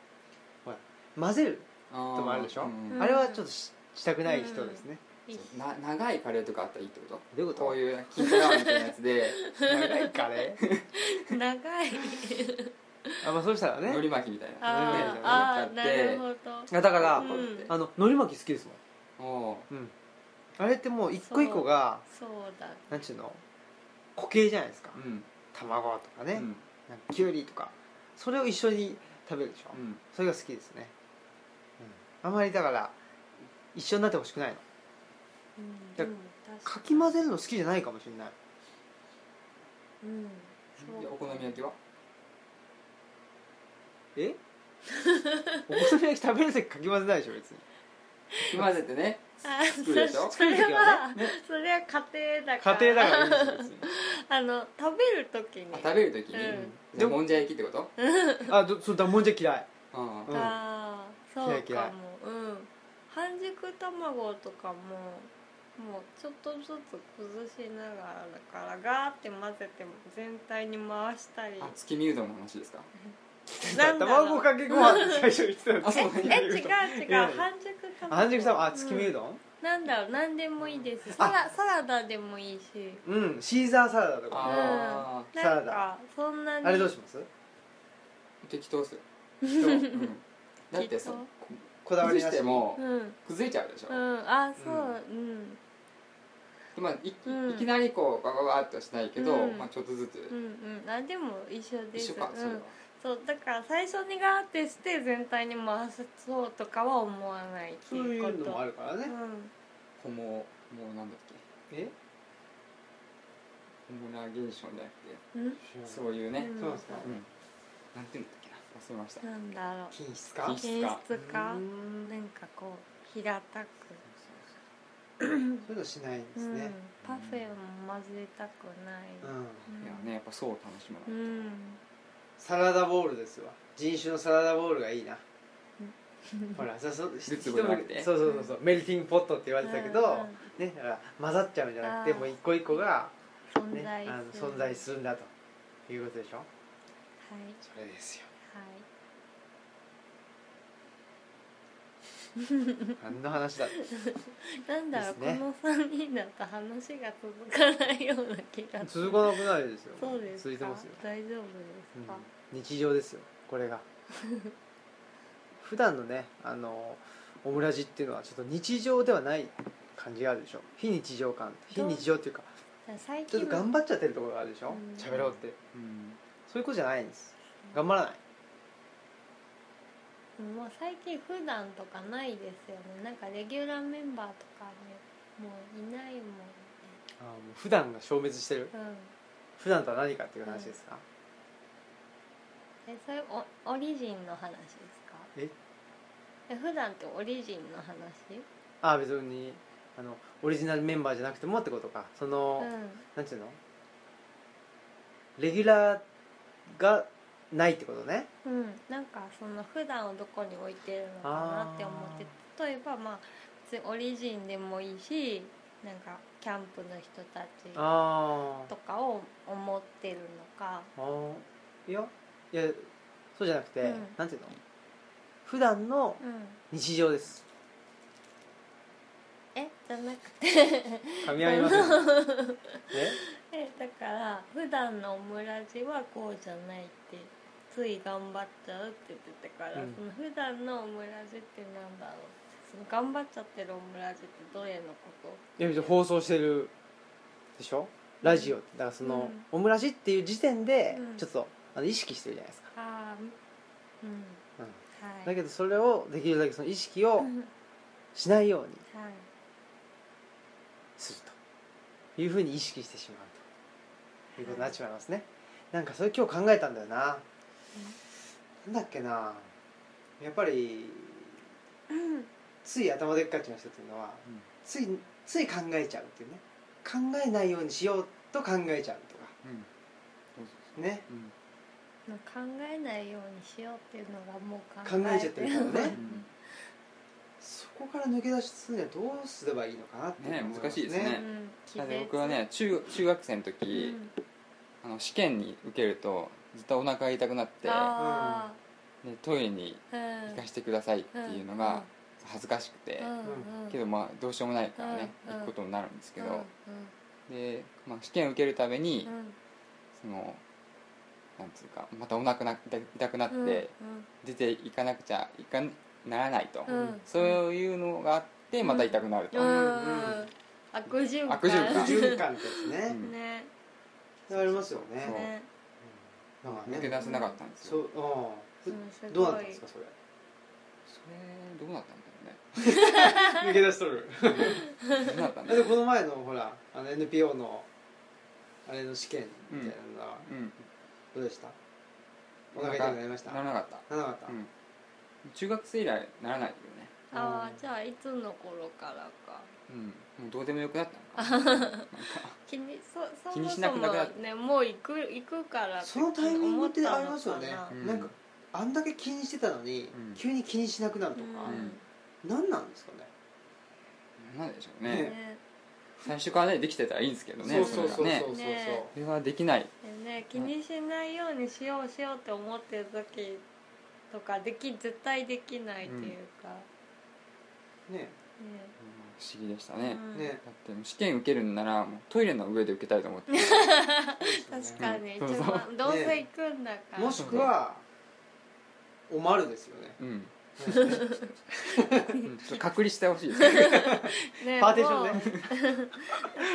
[SPEAKER 1] ほら混ぜる、
[SPEAKER 3] で
[SPEAKER 1] ともあるでしょ
[SPEAKER 2] うん
[SPEAKER 1] あれはちょっとししたくない人ですね、
[SPEAKER 3] な長いカレーとかあったらいいってこと
[SPEAKER 1] どういうこと
[SPEAKER 3] こういう金太郎みたいなや つで
[SPEAKER 1] 長いカレー
[SPEAKER 2] 長 い
[SPEAKER 1] あ、まあ、そうしたらね
[SPEAKER 3] 海苔巻きみたいな
[SPEAKER 2] あ
[SPEAKER 1] ね
[SPEAKER 2] ーあーな
[SPEAKER 3] な
[SPEAKER 2] ん
[SPEAKER 3] かやって
[SPEAKER 2] るほど
[SPEAKER 1] あだから、
[SPEAKER 2] うん
[SPEAKER 1] あの海苔巻き好きです
[SPEAKER 3] おー
[SPEAKER 1] もん、うん、あれってもう一個一個が
[SPEAKER 2] そうだ
[SPEAKER 1] なんちゅうの固形じゃないですか、
[SPEAKER 3] うん
[SPEAKER 1] 卵とかね、
[SPEAKER 3] うん
[SPEAKER 1] なんかきゅうりとかそれを一緒に食べるでしょ、
[SPEAKER 3] うん
[SPEAKER 1] それが好きですね、うん、あまりだから一緒になってほしくないの
[SPEAKER 2] うん
[SPEAKER 1] だ
[SPEAKER 2] うん
[SPEAKER 1] か
[SPEAKER 2] 確
[SPEAKER 1] き混ぜるの好きじゃないかもしれない
[SPEAKER 2] うんそう
[SPEAKER 3] でお好み焼きは
[SPEAKER 1] えお好み焼き食べる時かき混ぜないでしょ別に
[SPEAKER 3] 混ぜてね
[SPEAKER 2] あ
[SPEAKER 3] 作るでしょ
[SPEAKER 2] そそれは、それは家庭だから
[SPEAKER 1] 家庭だからいいんですよ別に
[SPEAKER 2] あの食べる時に
[SPEAKER 3] あ食べる時に
[SPEAKER 2] うん
[SPEAKER 3] じゃあもんじゃ焼きってこと
[SPEAKER 1] あどそうだもんじゃ嫌い
[SPEAKER 3] あ
[SPEAKER 1] うん
[SPEAKER 2] ああそうか
[SPEAKER 1] キラ
[SPEAKER 2] も
[SPEAKER 1] キラ
[SPEAKER 2] うん半熟卵とかももうちょっとずつ崩しながらだからガーって混ぜても全体に回したり
[SPEAKER 3] ーあ月見うどんの話ですか
[SPEAKER 2] なんだろう
[SPEAKER 1] 卵かけご飯って最初言ってたの
[SPEAKER 3] あそう
[SPEAKER 2] え
[SPEAKER 3] 何
[SPEAKER 2] え違う違う
[SPEAKER 1] いやいや
[SPEAKER 2] 半熟卵
[SPEAKER 1] 半熟さんあ月見う
[SPEAKER 2] だ、
[SPEAKER 1] どん
[SPEAKER 2] うん、なんだろう何でもいいですサラサラダでもいいし
[SPEAKER 1] うん、シーザーサラダとか
[SPEAKER 3] あ
[SPEAKER 2] な
[SPEAKER 1] サラ
[SPEAKER 2] ん
[SPEAKER 1] ダ
[SPEAKER 2] かそんなに
[SPEAKER 1] あれどうします
[SPEAKER 3] ー適当っ すよ
[SPEAKER 1] 人
[SPEAKER 3] うんだってさ
[SPEAKER 2] 適
[SPEAKER 1] こだわ
[SPEAKER 3] 崩
[SPEAKER 1] りな
[SPEAKER 3] し
[SPEAKER 1] して
[SPEAKER 3] も
[SPEAKER 2] うん
[SPEAKER 3] 崩れちゃうでしょ
[SPEAKER 2] うんあそううん
[SPEAKER 3] でまあいい
[SPEAKER 2] うん
[SPEAKER 3] きなりこうバババーっとはしないけど
[SPEAKER 2] うん
[SPEAKER 3] まあちょっとずつ
[SPEAKER 2] うんうんあでも一緒です
[SPEAKER 3] 一緒か
[SPEAKER 2] う
[SPEAKER 3] それは
[SPEAKER 2] ん、そうだから最初にガーってして全体に回そうとかは思わないって
[SPEAKER 1] そう
[SPEAKER 2] い
[SPEAKER 1] いう
[SPEAKER 2] こと
[SPEAKER 1] うのもあるからね
[SPEAKER 2] うん
[SPEAKER 3] ホモもうなんだっけ
[SPEAKER 1] え
[SPEAKER 3] ホモラー現象じゃなくて
[SPEAKER 2] うん
[SPEAKER 3] そういうね、
[SPEAKER 1] そうですか
[SPEAKER 3] うん、なんていうんだっけな忘れました、
[SPEAKER 2] なんだろ
[SPEAKER 1] 品質
[SPEAKER 2] う
[SPEAKER 1] か
[SPEAKER 3] 品質か
[SPEAKER 2] 品質か
[SPEAKER 1] うーん
[SPEAKER 2] なんかこう平たく
[SPEAKER 1] そういうのしないんで
[SPEAKER 2] う
[SPEAKER 1] す
[SPEAKER 2] ん
[SPEAKER 1] ね、
[SPEAKER 2] パフェも混ぜたくないう
[SPEAKER 1] ん、
[SPEAKER 2] うん
[SPEAKER 3] いやねやっぱそう楽しむ
[SPEAKER 2] う
[SPEAKER 3] の、
[SPEAKER 2] ん
[SPEAKER 1] サラダボールですわ人種のサラダボールがいいなほらそうそう
[SPEAKER 3] つぼじゃなくて
[SPEAKER 1] そうそうそうそうメルティングポットって言われてたけど、
[SPEAKER 2] うんうん
[SPEAKER 1] ねだから混ざっちゃうんじゃなくて
[SPEAKER 2] あー
[SPEAKER 1] もう一個一個が、ね、
[SPEAKER 2] 存在
[SPEAKER 1] あの
[SPEAKER 2] する
[SPEAKER 1] 存在するんだということでしょ
[SPEAKER 2] はい
[SPEAKER 1] それですよ
[SPEAKER 2] は
[SPEAKER 1] 何の話だって
[SPEAKER 2] いなんだろ
[SPEAKER 1] です
[SPEAKER 2] う、
[SPEAKER 1] ね
[SPEAKER 2] この三人だと話が続かないような気がする
[SPEAKER 1] 続かなくないですよ
[SPEAKER 2] そうですか
[SPEAKER 1] 続いてますよ、
[SPEAKER 2] 大丈夫
[SPEAKER 1] う
[SPEAKER 2] で
[SPEAKER 1] ん
[SPEAKER 2] すか、
[SPEAKER 1] 日常ですよこれが 普段のねあのオムラジっていうのはちょっと日常ではない感じがあるでしょ非日常感非日常っていうか
[SPEAKER 2] じゃあ最
[SPEAKER 1] ちょっ
[SPEAKER 2] 近
[SPEAKER 1] と頑張っちゃってるところがあるでし
[SPEAKER 2] う
[SPEAKER 1] ょ
[SPEAKER 2] ん
[SPEAKER 1] 喋ろうって
[SPEAKER 3] うん
[SPEAKER 1] そういうことじゃないんです頑張らない
[SPEAKER 2] もう最近普段とかないですよねなんかレギュラーメンバーとかねもういないもんね
[SPEAKER 1] あーもう普段が消滅してる
[SPEAKER 2] うん
[SPEAKER 1] 普段とは何かっていう話ですか、
[SPEAKER 2] えそれおオリジンの話ですか
[SPEAKER 1] え
[SPEAKER 2] え普段ってオリジンの話
[SPEAKER 1] ああ別にあのオリジナルメンバーじゃなくてもってことかその、
[SPEAKER 2] う
[SPEAKER 1] なんていうのレギュラーがないってことね
[SPEAKER 2] ん、うん、なんかその普段をどこに置いてるのかなって思って例えばまあ別にオリジンでもいいしなんかキャンプの人たち
[SPEAKER 1] あー
[SPEAKER 2] とかを思ってるのか
[SPEAKER 1] あーいやいやそうじゃなくて、
[SPEAKER 2] うん
[SPEAKER 1] なんていうの普段の
[SPEAKER 2] うん
[SPEAKER 1] 日常です
[SPEAKER 2] えじゃなくて
[SPEAKER 1] 噛み合いません え
[SPEAKER 2] えだから普段のオムラジはこうじゃないってつい頑張っちゃうって言ってたから、
[SPEAKER 1] うん
[SPEAKER 2] その普段のオムラジってなんだろうその頑張っちゃってるオムラジってどれのこと
[SPEAKER 1] いや別に放送してるでしょラジオってだからその、オムラジっていう時点で
[SPEAKER 2] うん
[SPEAKER 1] ちょっと、あの意識してるじゃないですか、
[SPEAKER 2] ああうん
[SPEAKER 1] うん
[SPEAKER 2] はい
[SPEAKER 1] だけどそれをできるだけその意識を
[SPEAKER 2] うん
[SPEAKER 1] しないように
[SPEAKER 2] はい
[SPEAKER 1] するというふうに意識してしまうということになっちまいますね、なんかそれ今日考えたんだよな、なんだっけなやっぱり、つい頭でっかちな人っていうのは
[SPEAKER 3] うん
[SPEAKER 1] ついつい考えちゃうっていうね考えないようにしようと考えちゃうとか
[SPEAKER 3] うんそうそう
[SPEAKER 1] ね
[SPEAKER 3] そううん
[SPEAKER 2] まあ考えないようにしようっていうのがもう
[SPEAKER 1] 考えちゃってるからね
[SPEAKER 3] うん
[SPEAKER 1] そこから抜け出すにはどうすればいいのかなっていうのが
[SPEAKER 3] ね難しいですね
[SPEAKER 2] うん
[SPEAKER 3] だって僕はね中中学生の
[SPEAKER 2] う
[SPEAKER 3] 時、
[SPEAKER 2] ん、
[SPEAKER 3] あの試験に受けるとずっとお腹が痛くなって
[SPEAKER 2] あ
[SPEAKER 3] でトイレに
[SPEAKER 2] あうん
[SPEAKER 3] 行かせてくださいっていうのが恥ずかしくて、
[SPEAKER 2] うんうん
[SPEAKER 3] けどまあどうしようもないからね、
[SPEAKER 2] うん
[SPEAKER 3] 行くことになるんですけど、
[SPEAKER 2] うん
[SPEAKER 3] で、まあ、試験受けるために、
[SPEAKER 2] うん
[SPEAKER 3] そのなんつうかまたお腹が痛くなって、
[SPEAKER 2] うん
[SPEAKER 3] 出ていかなくちゃいかならないと、
[SPEAKER 2] うんうん
[SPEAKER 3] そういうのがあってまた痛くなると、
[SPEAKER 2] うんん
[SPEAKER 1] うん
[SPEAKER 2] 悪循環
[SPEAKER 3] 悪循環
[SPEAKER 1] 循環ですね、
[SPEAKER 3] うん
[SPEAKER 2] ね
[SPEAKER 1] ありますよ
[SPEAKER 3] そう
[SPEAKER 1] ね
[SPEAKER 2] ね
[SPEAKER 1] うんまあ
[SPEAKER 3] 抜け
[SPEAKER 1] ね
[SPEAKER 3] 出せなかったんです
[SPEAKER 1] そ
[SPEAKER 3] よ、
[SPEAKER 1] うあ
[SPEAKER 2] うんす
[SPEAKER 1] あどう
[SPEAKER 2] ご
[SPEAKER 1] なったん
[SPEAKER 2] い
[SPEAKER 1] ですかそれ
[SPEAKER 3] それどうなったんだろうね
[SPEAKER 1] 抜け出しとる
[SPEAKER 3] どうなったんだ
[SPEAKER 1] で
[SPEAKER 3] ろう、
[SPEAKER 1] この前のほらあの NPO のあれの試験みたいなのは
[SPEAKER 3] うん、
[SPEAKER 1] どうでした、お腹痛くなりました
[SPEAKER 3] な
[SPEAKER 1] な
[SPEAKER 3] らなかった、
[SPEAKER 1] らなかった、
[SPEAKER 3] うん、中学生以来ならないよね、
[SPEAKER 2] ああじゃあいつの頃からか
[SPEAKER 3] うん、もうどうでもよくなったのかな なんか
[SPEAKER 2] 気にそそ
[SPEAKER 3] 気
[SPEAKER 2] も
[SPEAKER 3] にし
[SPEAKER 2] そ
[SPEAKER 3] なく
[SPEAKER 2] も
[SPEAKER 3] なくなった
[SPEAKER 2] ねもう行く行くからって
[SPEAKER 1] そのタイミングってありますよね
[SPEAKER 2] 思ったのか
[SPEAKER 3] う
[SPEAKER 2] なん
[SPEAKER 1] なんかあんだけ気にしてたのに、
[SPEAKER 3] うん
[SPEAKER 1] 急に気にしなくなるとか、
[SPEAKER 3] ん
[SPEAKER 1] 何なんですかね
[SPEAKER 3] なんでしょう
[SPEAKER 2] うん
[SPEAKER 3] ね
[SPEAKER 2] ね
[SPEAKER 3] 最初からねできてたらいいんですけどね
[SPEAKER 1] そうそうそうそう
[SPEAKER 3] れが
[SPEAKER 1] そうそ
[SPEAKER 3] ね
[SPEAKER 1] う、
[SPEAKER 2] ね
[SPEAKER 3] それはできない
[SPEAKER 2] でね気にしないようにしようしようって思ってる時とかでき絶対できないっていうか、
[SPEAKER 1] ね
[SPEAKER 3] うん不思議でしたね、
[SPEAKER 2] ね
[SPEAKER 1] ね
[SPEAKER 2] うん
[SPEAKER 1] ね
[SPEAKER 3] だってもう試験受けるんならもうトイレの上で受けたいと 思って
[SPEAKER 2] 確かに、
[SPEAKER 3] うんそうそう
[SPEAKER 2] 一番どうせ行くんだから、
[SPEAKER 1] もしくはおまるですよね
[SPEAKER 3] うん、
[SPEAKER 1] ね
[SPEAKER 3] うんちょっと隔離してほしいですね
[SPEAKER 2] ね
[SPEAKER 1] パーティションね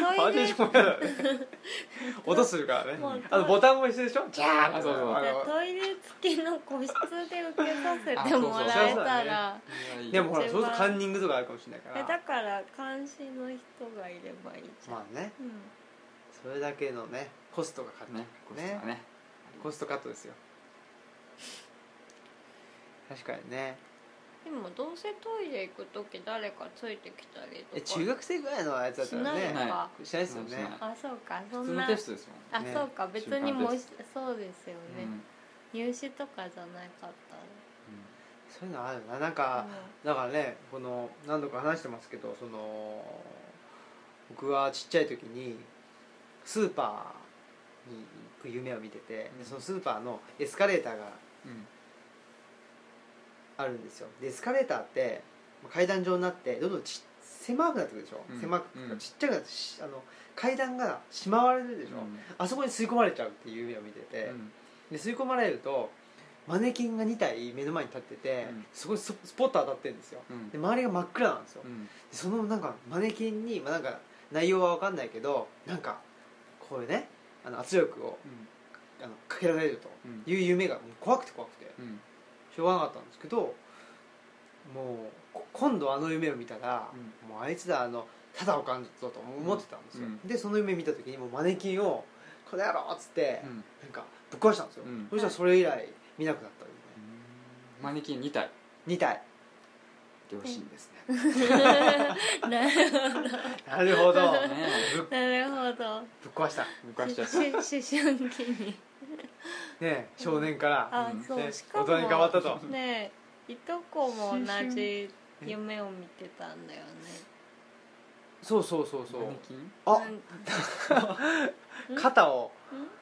[SPEAKER 2] もう
[SPEAKER 1] パ
[SPEAKER 2] ト
[SPEAKER 1] ー
[SPEAKER 2] イ
[SPEAKER 1] テ
[SPEAKER 2] レ
[SPEAKER 1] ィションやだね音するからね
[SPEAKER 2] もう
[SPEAKER 1] あのボタンも一緒でしょキャー
[SPEAKER 3] あそうそう
[SPEAKER 1] あ
[SPEAKER 2] じゃ
[SPEAKER 1] の
[SPEAKER 2] あトイレ付きの個室で受けさせてもらえたら
[SPEAKER 1] でもほら
[SPEAKER 2] 一
[SPEAKER 1] そう
[SPEAKER 2] 番
[SPEAKER 1] するとカンニングとかあるかもしれないか
[SPEAKER 2] えだ
[SPEAKER 1] ら
[SPEAKER 2] から監視の人がいればいいじゃん、
[SPEAKER 1] まあねそれだけのねコストがかかって
[SPEAKER 3] ね
[SPEAKER 1] く
[SPEAKER 3] こ
[SPEAKER 1] る
[SPEAKER 3] うした
[SPEAKER 1] ね
[SPEAKER 3] ね
[SPEAKER 1] コストカットですよ確かにね
[SPEAKER 2] うん、でもどうせトイレ行く時誰かついてきたりとか
[SPEAKER 1] え中学生ぐらいのやつだったら
[SPEAKER 2] しない
[SPEAKER 1] ね
[SPEAKER 2] のか、
[SPEAKER 1] しないですよね
[SPEAKER 3] しない
[SPEAKER 2] あそうかそ
[SPEAKER 3] 普通
[SPEAKER 2] ん
[SPEAKER 3] の
[SPEAKER 2] な
[SPEAKER 3] テストですも
[SPEAKER 2] あ
[SPEAKER 3] ん
[SPEAKER 1] ね
[SPEAKER 2] そうか別に
[SPEAKER 3] 中間
[SPEAKER 2] も
[SPEAKER 3] テ
[SPEAKER 2] しそうですよね、入試とかじゃなかったら
[SPEAKER 1] そういうのあるななんか、だからねこの何度か話してますけどその僕はちっちゃい時にスーパーに行く夢を見てて、
[SPEAKER 3] うん
[SPEAKER 1] でそのスーパーのエスカレーターが
[SPEAKER 3] うんうん
[SPEAKER 1] あるんですよでエスカレーターってまあ階段状になってどんどんち狭くなってくるでしょ、
[SPEAKER 3] うん
[SPEAKER 1] 狭く、
[SPEAKER 3] うん
[SPEAKER 1] ちっちゃくなってしあの階段がしまわれるでしょ、あそこに吸い込まれちゃうっていう夢を見てて、
[SPEAKER 3] うん
[SPEAKER 1] で吸い込まれるとマネキンが2体目の前に立ってて、
[SPEAKER 3] うん
[SPEAKER 1] そこにススポット当たってるんですよ
[SPEAKER 3] うん
[SPEAKER 1] で周りが真っ暗なんですよ、
[SPEAKER 3] うん
[SPEAKER 1] そのなんかマネキンに、まあ、なんか内容は分かんないけどなんかこういうねあの圧力をあのかけられる
[SPEAKER 3] うん
[SPEAKER 1] という夢がもう怖くて怖くて
[SPEAKER 3] うん
[SPEAKER 1] しょうがなかったんですけどもうこ今度あの夢を見たら、もうあいつらあのただを感じたと思ってたんですよ、
[SPEAKER 3] うんうん
[SPEAKER 1] でその夢見た時にもうマネキンを「これやろ!」っつって、
[SPEAKER 3] うん
[SPEAKER 1] なんかぶっ壊したんですよ、
[SPEAKER 3] うん
[SPEAKER 1] そしたらそれ以来見なくなったみたい
[SPEAKER 3] マネキン2体
[SPEAKER 1] な2体
[SPEAKER 3] 両親ですね
[SPEAKER 2] うん、な る
[SPEAKER 1] なるほど
[SPEAKER 3] ね
[SPEAKER 1] ぶっ
[SPEAKER 2] なるほど
[SPEAKER 1] ぶっ壊したね
[SPEAKER 3] 昔だ
[SPEAKER 2] し思春期に
[SPEAKER 1] え少年から
[SPEAKER 2] あ
[SPEAKER 3] うん
[SPEAKER 2] そう
[SPEAKER 1] ね
[SPEAKER 2] しかも
[SPEAKER 1] 大人に変わったと
[SPEAKER 2] ねえいとこも同じ夢を見てたんだよね
[SPEAKER 1] そうそうそうそう
[SPEAKER 3] マネキン
[SPEAKER 1] あ
[SPEAKER 2] なん ん
[SPEAKER 1] 肩を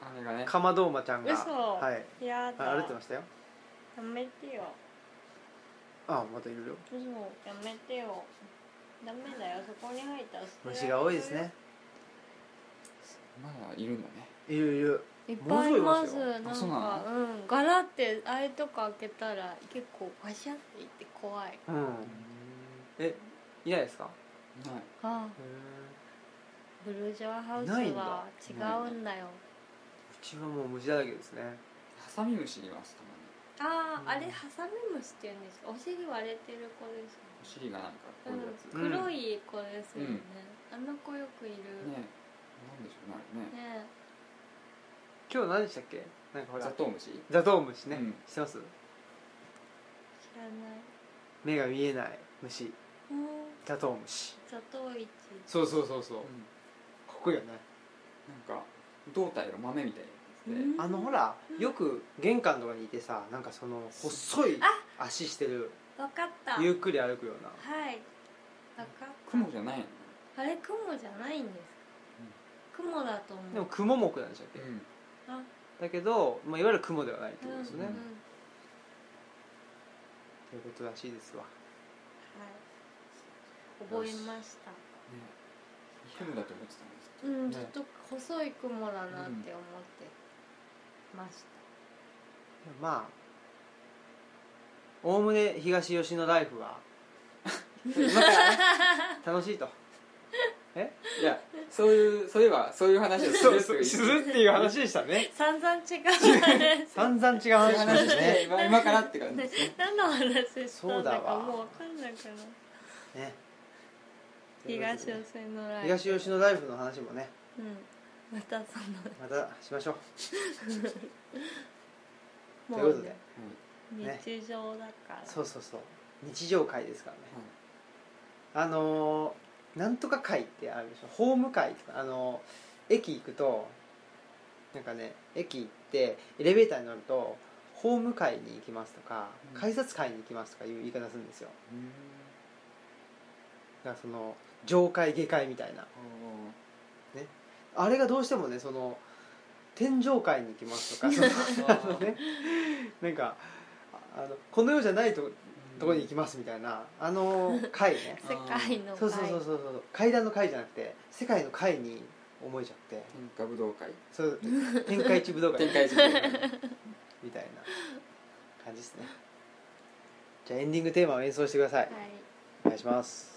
[SPEAKER 3] あれがね
[SPEAKER 1] かまどーまちゃんが
[SPEAKER 4] 嘘
[SPEAKER 1] はい
[SPEAKER 4] やだ
[SPEAKER 1] あ歩いてましたよ
[SPEAKER 4] やめてよ
[SPEAKER 1] あまたいるよ
[SPEAKER 4] 嘘やめてよダメだよそこに入ったら捨てられる
[SPEAKER 1] 虫が多いですね
[SPEAKER 3] まだいるんだね
[SPEAKER 1] いるいる
[SPEAKER 2] いっぱいいま
[SPEAKER 1] ものすごいいます
[SPEAKER 2] す
[SPEAKER 1] よ
[SPEAKER 2] なん
[SPEAKER 3] あ
[SPEAKER 2] か
[SPEAKER 3] そうな
[SPEAKER 2] う
[SPEAKER 3] の
[SPEAKER 2] んガラってあれとか開けたら結構パシャっていって怖い
[SPEAKER 1] うんえ嫌ですか
[SPEAKER 3] ない
[SPEAKER 2] あ
[SPEAKER 1] う
[SPEAKER 2] ブルジョワハウス
[SPEAKER 1] ないん
[SPEAKER 2] は
[SPEAKER 1] だ
[SPEAKER 2] 違うんだよ
[SPEAKER 1] ちはもう虫だらけですね
[SPEAKER 3] ハサミムシいますたまに
[SPEAKER 2] あ
[SPEAKER 1] うん
[SPEAKER 2] ああれハサミムシって言うんですかお尻割れてる子ですね
[SPEAKER 3] お尻がなんかこういうやつ
[SPEAKER 1] う
[SPEAKER 2] うんん、黒い子ですよね、あの子よくいる
[SPEAKER 3] ねなんでしょうねあれね
[SPEAKER 2] ね
[SPEAKER 1] 今日何でしたっけなんかほ
[SPEAKER 3] ザ
[SPEAKER 1] ら
[SPEAKER 3] トウムシ
[SPEAKER 1] ザトウムシね
[SPEAKER 3] うん
[SPEAKER 1] 知ってます
[SPEAKER 2] 知らない
[SPEAKER 1] 目が見えない虫
[SPEAKER 2] うん
[SPEAKER 1] ザトウムシ
[SPEAKER 2] 砂糖一
[SPEAKER 1] そうそうそうそう
[SPEAKER 3] う
[SPEAKER 1] か
[SPEAKER 3] ん
[SPEAKER 1] っこいいよね
[SPEAKER 3] なんか胴体が豆みたいなやつで
[SPEAKER 1] あのほらよく玄関とかにいてさなんかその細い足してる
[SPEAKER 2] わかった
[SPEAKER 1] ゆっくり歩くような
[SPEAKER 2] はいわかった
[SPEAKER 3] 雲じゃないの
[SPEAKER 2] あれ雲じゃないんですか、雲だと思う
[SPEAKER 1] でもクモ目なんでしたっけ
[SPEAKER 3] うん
[SPEAKER 2] あ
[SPEAKER 1] だけど、まあ、いわゆる雲ではないってことです
[SPEAKER 2] うん
[SPEAKER 1] ね、
[SPEAKER 2] うん
[SPEAKER 1] ということらしいですわ
[SPEAKER 2] はい覚えました
[SPEAKER 3] 雲だと思ってたんですけ
[SPEAKER 2] うん、
[SPEAKER 1] ね
[SPEAKER 2] ちょっと細い雲だなって思ってまし
[SPEAKER 1] まあおおむね東吉野ライフは今からね楽しいとえ
[SPEAKER 3] どいやそういうそういえばそういう話をするっていう
[SPEAKER 1] っていう話でしたね
[SPEAKER 2] た、散々違う話
[SPEAKER 1] 散々違う
[SPEAKER 3] そういう
[SPEAKER 1] 話でし
[SPEAKER 3] 話
[SPEAKER 1] た
[SPEAKER 3] ね
[SPEAKER 1] ね
[SPEAKER 3] 今今からって感じですね
[SPEAKER 2] 何の話した
[SPEAKER 1] そうん
[SPEAKER 2] だ
[SPEAKER 1] だ
[SPEAKER 2] か
[SPEAKER 1] わ
[SPEAKER 2] もうわかんなくなる
[SPEAKER 1] ね
[SPEAKER 2] 東寄せのライブ
[SPEAKER 1] 東吉野ライフの話もね
[SPEAKER 2] うんまたそ
[SPEAKER 1] またしましょう
[SPEAKER 2] の
[SPEAKER 1] ということで
[SPEAKER 2] ね
[SPEAKER 3] うん
[SPEAKER 1] ね
[SPEAKER 2] 日常だから、
[SPEAKER 1] そうそうそう日常会ですからね
[SPEAKER 3] はい
[SPEAKER 1] あのーなんとか会ってあるでしょホーム会とかあのー駅行くとなんかね駅行ってエレベーターに乗るとホーム会に行きますとか
[SPEAKER 3] うん
[SPEAKER 1] 改札会に行きますとかいう言い方するんですよ
[SPEAKER 3] うん
[SPEAKER 1] だからその上階下階みたいなあれがどうしてもねその天上界に行きます とかそのあのねなんかああのこの世じゃないととこに行きますみたいなあの会ね
[SPEAKER 2] 世界の
[SPEAKER 1] そうそうそうそうそう階段の会じゃなくて世界の会に思えちゃって
[SPEAKER 3] 天下武道会
[SPEAKER 1] そう天下一武道会
[SPEAKER 3] 天下一武道会
[SPEAKER 1] みたいな感じですねじゃあエンディングテーマを演奏してください、
[SPEAKER 2] はい
[SPEAKER 1] お願いします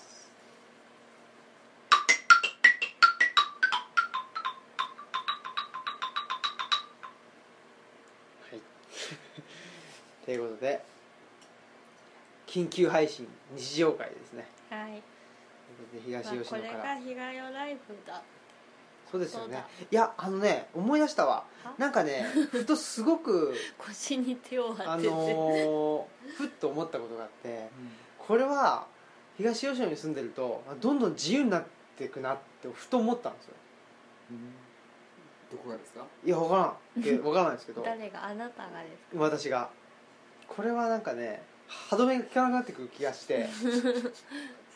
[SPEAKER 1] はいということで緊急配信日常会ですね
[SPEAKER 2] はい、
[SPEAKER 1] ということで東吉
[SPEAKER 2] こ
[SPEAKER 1] 野
[SPEAKER 2] れ
[SPEAKER 1] から、
[SPEAKER 2] が日が夜ライフだ
[SPEAKER 1] そうですよ
[SPEAKER 2] そう
[SPEAKER 1] ね
[SPEAKER 2] だ
[SPEAKER 1] いやあのね思い出したわ
[SPEAKER 2] は
[SPEAKER 1] なんかねふとすごく
[SPEAKER 2] 腰に手を当てて、
[SPEAKER 1] あのーふっと思ったことがあってこれは東吉野に住んでるとどんどん自由になっていくなってふと思ったんですよ
[SPEAKER 3] うんどこがですか
[SPEAKER 1] いや分からんいや分からないですけど
[SPEAKER 2] 誰があなたがです
[SPEAKER 1] 私がこれはなんかね歯止めが効かなくなってくる気がして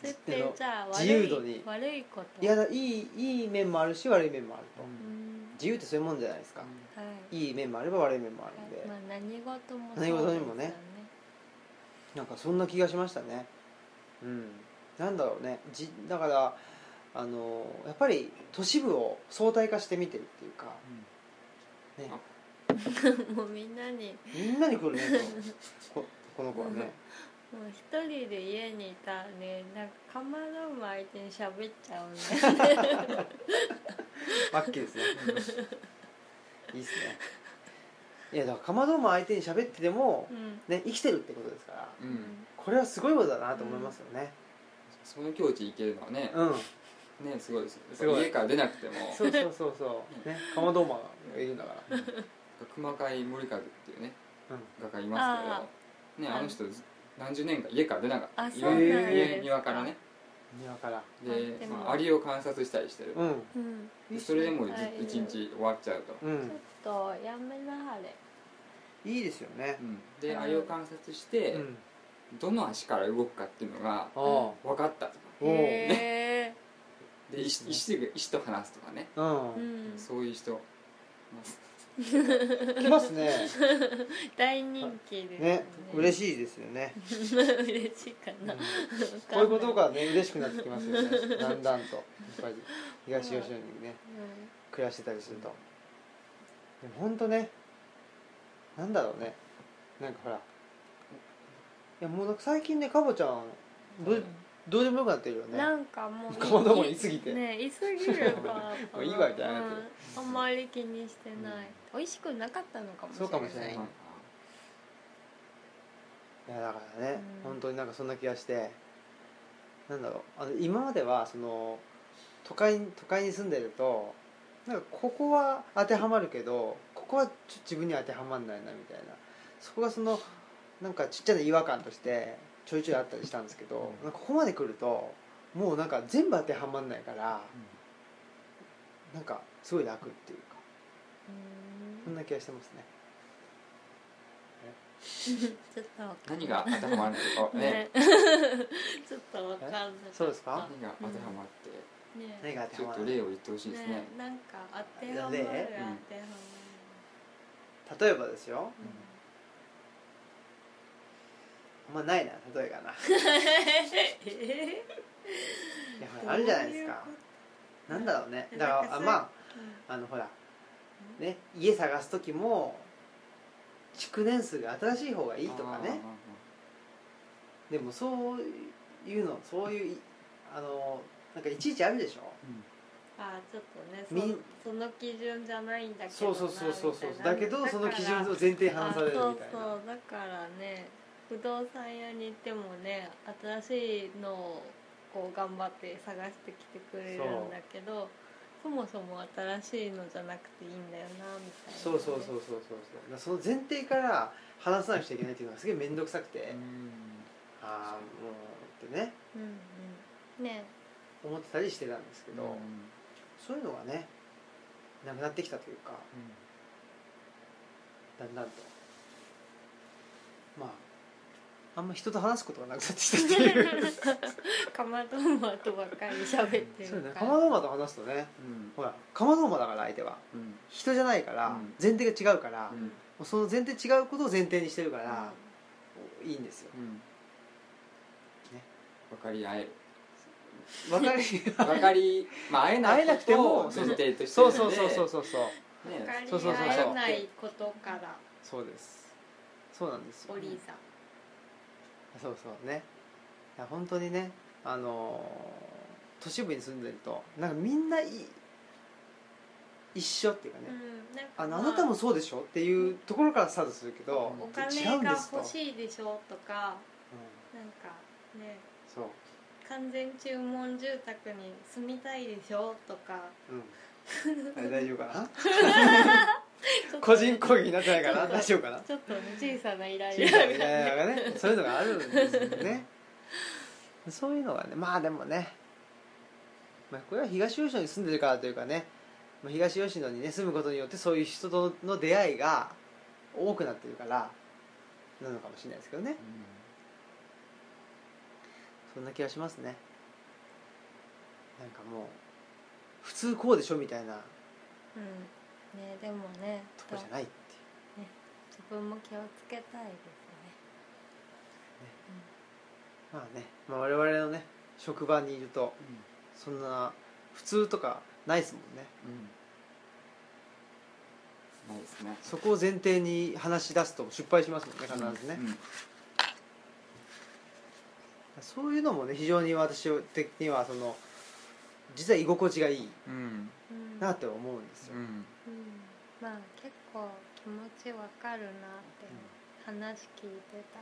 [SPEAKER 2] それってじゃあ悪い
[SPEAKER 1] 自由度に
[SPEAKER 2] 悪いこと
[SPEAKER 1] いやだいいいい面もあるし悪い面もあると、
[SPEAKER 3] う
[SPEAKER 2] うん
[SPEAKER 1] 自由ってそういうもんじゃないですか、
[SPEAKER 2] はい、
[SPEAKER 1] いい面もあれば悪い面もあるんで、
[SPEAKER 2] まあ、何事も
[SPEAKER 1] 何事にもね
[SPEAKER 2] そう
[SPEAKER 1] なんかそんな気がしましたねうんなんだろうねじだからあのやっぱり都市部を相対化して見てるっていうか、ね、
[SPEAKER 2] ですよね もうみんなに
[SPEAKER 1] みんなに来るね ここの子はね
[SPEAKER 2] もう一人で家にいたらねなんかカマドーム相手に喋っち ゃうんだよね
[SPEAKER 1] 末期ですねいいっすねいやだからかまども相手に喋ってても
[SPEAKER 2] う、ん
[SPEAKER 1] ね、生きてるってことですから
[SPEAKER 3] うんうん
[SPEAKER 1] これはすごいことだなと思いますよね
[SPEAKER 3] その境地行けるのはね
[SPEAKER 1] うん、
[SPEAKER 3] ねすごいですよ
[SPEAKER 1] すごい
[SPEAKER 3] 家から出なくても
[SPEAKER 1] そうそうそうそうねかまどまがいるんだから
[SPEAKER 3] 熊海森和っていうね
[SPEAKER 1] うん
[SPEAKER 3] 画家いますけどね
[SPEAKER 2] あー
[SPEAKER 3] あの人ず何十年間家から出なかった
[SPEAKER 2] あ
[SPEAKER 3] い
[SPEAKER 2] そ
[SPEAKER 3] ろ
[SPEAKER 2] うなん
[SPEAKER 3] んな
[SPEAKER 1] です
[SPEAKER 3] 家の庭からね
[SPEAKER 1] 庭から
[SPEAKER 2] あ
[SPEAKER 3] で
[SPEAKER 2] でも
[SPEAKER 3] まあアリを観察したりしてる
[SPEAKER 1] うん
[SPEAKER 2] うん
[SPEAKER 1] いいっす
[SPEAKER 3] それでもうず
[SPEAKER 2] はい
[SPEAKER 3] 一日終わっちゃうと
[SPEAKER 1] う
[SPEAKER 2] ちょ
[SPEAKER 1] ん
[SPEAKER 2] っとやめなはれ
[SPEAKER 1] いいですよね
[SPEAKER 3] うんで
[SPEAKER 2] はい
[SPEAKER 3] アリを観察し
[SPEAKER 1] う
[SPEAKER 3] て
[SPEAKER 1] ん
[SPEAKER 3] どの足から動くかっていうのが
[SPEAKER 1] ああ
[SPEAKER 3] 分かったとか
[SPEAKER 1] おう
[SPEAKER 2] へえ
[SPEAKER 3] で石石で石と話すとかね、
[SPEAKER 1] うん、
[SPEAKER 2] うん
[SPEAKER 3] そういう人
[SPEAKER 1] 来ますね
[SPEAKER 2] 大人気です
[SPEAKER 1] ね嬉
[SPEAKER 2] し
[SPEAKER 1] しいですよね、
[SPEAKER 2] い嬉しいか
[SPEAKER 1] うん
[SPEAKER 2] な、
[SPEAKER 1] こういうことがね嬉しくなってきますよねだんだんとやっぱり東吉野にね
[SPEAKER 2] う
[SPEAKER 1] 暮らしてたりするとでも本当ねなんだろうねなんかほらいやもうなんか最近ねかぼちゃんどうどうでもよくなってるよね
[SPEAKER 4] なんかもう
[SPEAKER 1] かぼども言い過ぎて、
[SPEAKER 2] ねえいすぎるからかな
[SPEAKER 1] もういいわけないけど
[SPEAKER 2] うんあんまり気にしてない、美味しくなかったのかもしれ
[SPEAKER 1] そ
[SPEAKER 2] ない
[SPEAKER 1] うかもしれない
[SPEAKER 3] うん
[SPEAKER 1] いやだからね、
[SPEAKER 2] うん
[SPEAKER 1] 本当になんかそんな気がしてなんだろうあの今まではその都会に都会に住んでるとなんかここは当てはまるけどここはちょっと自分には当てはまんないなみたいなそこがそのなんかちっちゃな違和感としてちょいちょいあったりしたんですけど、
[SPEAKER 3] うん
[SPEAKER 1] なんかここまで来るともうなんか全部当てはまんないからなんかすごい楽っていうかそんな気がしてますね
[SPEAKER 2] ちょっとわかん
[SPEAKER 3] 何が当てはまるのかね
[SPEAKER 2] ね ちょっとわかんない
[SPEAKER 1] えそうですか
[SPEAKER 3] 何が当てはまって
[SPEAKER 2] ね
[SPEAKER 1] 何が当
[SPEAKER 3] ち
[SPEAKER 1] て
[SPEAKER 3] ょ
[SPEAKER 1] は
[SPEAKER 3] っ
[SPEAKER 1] ま
[SPEAKER 3] と
[SPEAKER 1] る
[SPEAKER 3] 例を言ってほしいですね
[SPEAKER 2] ねなんか当てはまる
[SPEAKER 1] 例
[SPEAKER 2] 当てはまる
[SPEAKER 1] 例えばですよあんまないな例えがな
[SPEAKER 2] え
[SPEAKER 1] いやほらあるじゃないですかなんだろうね
[SPEAKER 4] な
[SPEAKER 1] だか
[SPEAKER 4] ん
[SPEAKER 1] ら
[SPEAKER 4] か
[SPEAKER 1] あ
[SPEAKER 4] さ
[SPEAKER 1] まああのほらね家探す時も築年数が新しい方がいいとかねでもそういうのそういういあのなんかいちいちあるでしょ
[SPEAKER 2] あーちょっとねそ
[SPEAKER 1] み
[SPEAKER 2] その基準じゃないんだけどな
[SPEAKER 1] そうそうそうそうそう
[SPEAKER 2] みたいな
[SPEAKER 1] だけど
[SPEAKER 2] から
[SPEAKER 1] その基準を前提に話されるみ
[SPEAKER 2] あそう
[SPEAKER 1] たい
[SPEAKER 2] そ
[SPEAKER 1] な
[SPEAKER 2] うだからね不動産屋に行ってもね新しいのをこう頑張って探してきてくれるんだけどそもそも新しいのじゃなくていいんだよなみたいなね、
[SPEAKER 1] そうそうそうそうそうそうだからその前提から話さなくちゃいけないっていうのがすげえ面倒くさくて、ああもうってね
[SPEAKER 2] うんうんね
[SPEAKER 1] 思ってたりしてたんですけど、そういうのがねなくなってきたというかだんだんとまああんま人と話すことがなくなってきたっていう
[SPEAKER 2] かまどんまとばっかり喋ってるから
[SPEAKER 1] そうねかまどーマと話すとねほらかまどーマだから相手は人じゃないから、
[SPEAKER 3] うん
[SPEAKER 1] 前提が違うから、もうその前提違うことを前提にしてるから、いいんですよ
[SPEAKER 3] 分かり合える
[SPEAKER 1] 分かり
[SPEAKER 3] 分かりまあ会えない
[SPEAKER 1] 会えなくても
[SPEAKER 3] 前提として
[SPEAKER 1] そうそうそうそう
[SPEAKER 3] そ
[SPEAKER 1] そうそう
[SPEAKER 3] う
[SPEAKER 2] 分か
[SPEAKER 3] ね
[SPEAKER 1] そうそうそうそう
[SPEAKER 2] り合えないことから
[SPEAKER 1] そうですそうなんですよ
[SPEAKER 2] おりさん
[SPEAKER 1] そうそうねいや本当にねあのー都市部に住んでるとなんかみんない一緒っていうかね、
[SPEAKER 2] うんなんか
[SPEAKER 1] あの
[SPEAKER 2] ま
[SPEAKER 1] あなたもそうでしょっていうところからスタートするけど、
[SPEAKER 2] お
[SPEAKER 1] 違うん
[SPEAKER 2] 金
[SPEAKER 1] で
[SPEAKER 2] が
[SPEAKER 1] すと、うん
[SPEAKER 2] 欲、しいでしょとかなんかね
[SPEAKER 1] そう、
[SPEAKER 2] 完全注文住宅に住みたいでしょとか
[SPEAKER 1] うん、あれ大丈夫かな
[SPEAKER 2] ちょっと
[SPEAKER 1] 個人講義になってないかな大丈夫かな
[SPEAKER 2] ちょっとね小さなイライ
[SPEAKER 1] 小
[SPEAKER 2] ラ
[SPEAKER 1] さいねなんかねそういうのがあるんですよねそういうのがねまあでもね、まあ、これは東吉野に住んでるからというかね、まあ、東吉野にね住むことによってそういう人との出会いが多くなってるからなのかもしれないですけどねそんな気がしますねなんかもう普通こうでしょみたいな
[SPEAKER 2] うんねでもね
[SPEAKER 1] とこじゃないっていう
[SPEAKER 2] 自分も気をつけたいですね
[SPEAKER 1] まあね、まあ、我々のね職場にいるとそんな普通とかないですもんね
[SPEAKER 3] ないですね
[SPEAKER 1] そこを前提に話し出すと失敗しますもんね必ずね、そういうのもね非常に私的にはその実は居心地がいい
[SPEAKER 3] うん
[SPEAKER 2] うん
[SPEAKER 1] なって思うんですよ、
[SPEAKER 3] うん
[SPEAKER 2] うんまあ結構気持ちわかるなって話聞いてた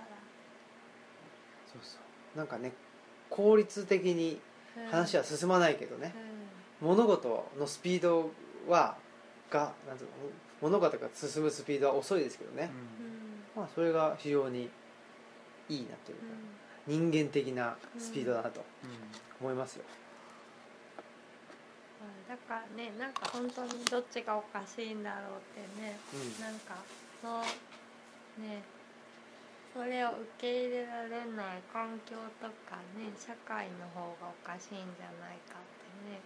[SPEAKER 1] そうそうなんかね効率的に
[SPEAKER 2] ら、うん
[SPEAKER 1] 話は進まないけどね、物事のスピードはがなんていうの物事が進むスピードは遅いですけどね、
[SPEAKER 2] うん
[SPEAKER 1] ま
[SPEAKER 2] うん
[SPEAKER 1] あそれが非常にいいなというか、人間的なスピードだなと思いますよ、
[SPEAKER 2] だからねなんか本当にどっちがおかしいんだろうってね
[SPEAKER 1] うん
[SPEAKER 2] なんかそうねそれを受け入れられない環境とかね社会の方がおかしいんじゃないかってね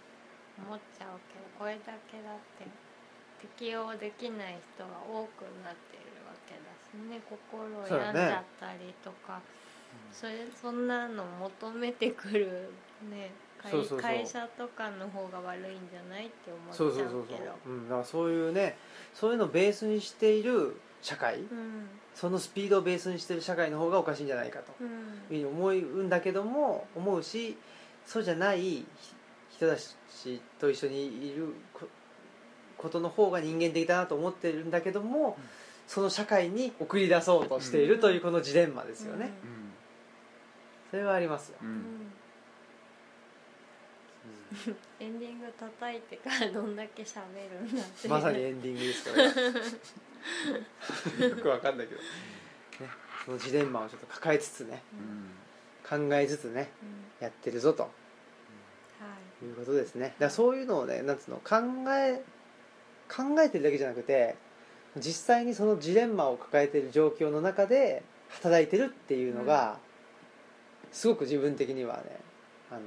[SPEAKER 2] 思っちゃうけどこれだけだって適応できない人が多くなっているわけだしね心を
[SPEAKER 1] そうだ
[SPEAKER 2] 病ん
[SPEAKER 1] ね
[SPEAKER 2] じゃったりとかそ,、れそんなの求めてくるね会
[SPEAKER 1] そうそうそう
[SPEAKER 2] 会社とかの方が悪いんじゃないって思っちゃ
[SPEAKER 1] そううそうそう
[SPEAKER 2] けど
[SPEAKER 1] そう、うん、だからそういうねそういうのをベースにしている社会
[SPEAKER 2] うん
[SPEAKER 1] そのスピードをベースにしてる社会の方がおかしいんじゃないかと
[SPEAKER 2] うん
[SPEAKER 1] いうふうに思うんだけども思うしそうじゃない人たちと一緒にいるこことの方が人間的だなと思ってるんだけども、
[SPEAKER 3] うん
[SPEAKER 1] その社会に送り出そうとしているというこのジレンマですよね、
[SPEAKER 3] うん
[SPEAKER 1] それはありますよ、
[SPEAKER 3] う
[SPEAKER 2] うんんエンディング叩いてからどんだけ喋るんだって
[SPEAKER 1] まさにエンディングですからよくわかんないけど、ね、そのジレンマをちょっと抱えつつね
[SPEAKER 3] うん
[SPEAKER 1] 考えつつね
[SPEAKER 2] うん
[SPEAKER 1] やってるぞと
[SPEAKER 2] はい
[SPEAKER 1] いうことですねだからそういうのをねなんつうの考え考えてるだけじゃなくて実際にそのジレンマを抱えてる状況の中で働いてるっていうのが、すごく自分的にはねあの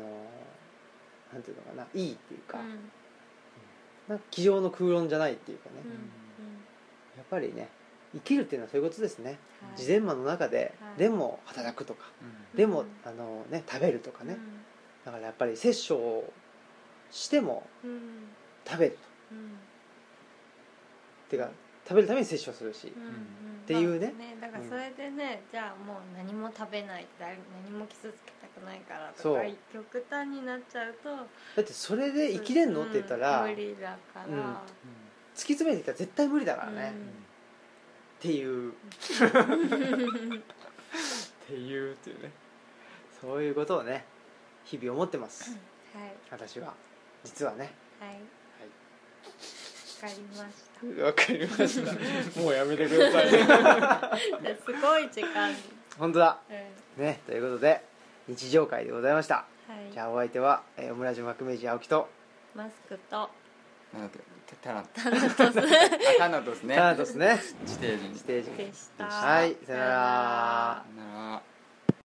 [SPEAKER 1] なんていうのかないいっていうか,、
[SPEAKER 2] うん
[SPEAKER 1] なんか机上の空論じゃないっていうかね、
[SPEAKER 2] うん
[SPEAKER 1] や
[SPEAKER 2] うん
[SPEAKER 1] っぱりね生きるっていうのはそういうことですね、
[SPEAKER 2] はい
[SPEAKER 1] ジレンマの中で、
[SPEAKER 2] はい
[SPEAKER 1] でも働くとか
[SPEAKER 3] うん
[SPEAKER 1] でも、
[SPEAKER 2] うん
[SPEAKER 1] あのね、食べるとかね、
[SPEAKER 2] うん
[SPEAKER 1] だからやっぱり殺生をしても
[SPEAKER 2] うん
[SPEAKER 1] 食べると
[SPEAKER 2] うん
[SPEAKER 1] っていうか食べるために摂取をするし、
[SPEAKER 2] うんん
[SPEAKER 1] っていうね
[SPEAKER 2] まあだからそれでね、じゃあもう何も食べない誰何も傷つけたくないからと
[SPEAKER 1] そう
[SPEAKER 2] か極端になっちゃうと
[SPEAKER 1] だってそれで生きれんのって言ったら、
[SPEAKER 2] うん無
[SPEAKER 1] 突き
[SPEAKER 2] 理だから、
[SPEAKER 1] うん詰めていったら絶対無理だからね、
[SPEAKER 2] う
[SPEAKER 1] っ
[SPEAKER 2] ん
[SPEAKER 1] ていうっていうっていうねそういうことをね日々思ってます
[SPEAKER 2] はい
[SPEAKER 1] 私は実はね
[SPEAKER 2] はい
[SPEAKER 1] はい
[SPEAKER 2] わかりまし
[SPEAKER 1] わかりました もうやめてください
[SPEAKER 2] た すごい時間、うん、
[SPEAKER 1] 本当だ
[SPEAKER 2] はい
[SPEAKER 1] ねということで日常会でございましたじゃあお相手は、えー、オムラジオ革命児青木と
[SPEAKER 2] マスクと
[SPEAKER 3] なんだっけタタランタナトスタナトスね
[SPEAKER 1] タナトスね
[SPEAKER 3] 地底人
[SPEAKER 1] ステージ
[SPEAKER 2] でした
[SPEAKER 1] はいさよな
[SPEAKER 2] さよな
[SPEAKER 1] ら
[SPEAKER 2] ら
[SPEAKER 3] さよなら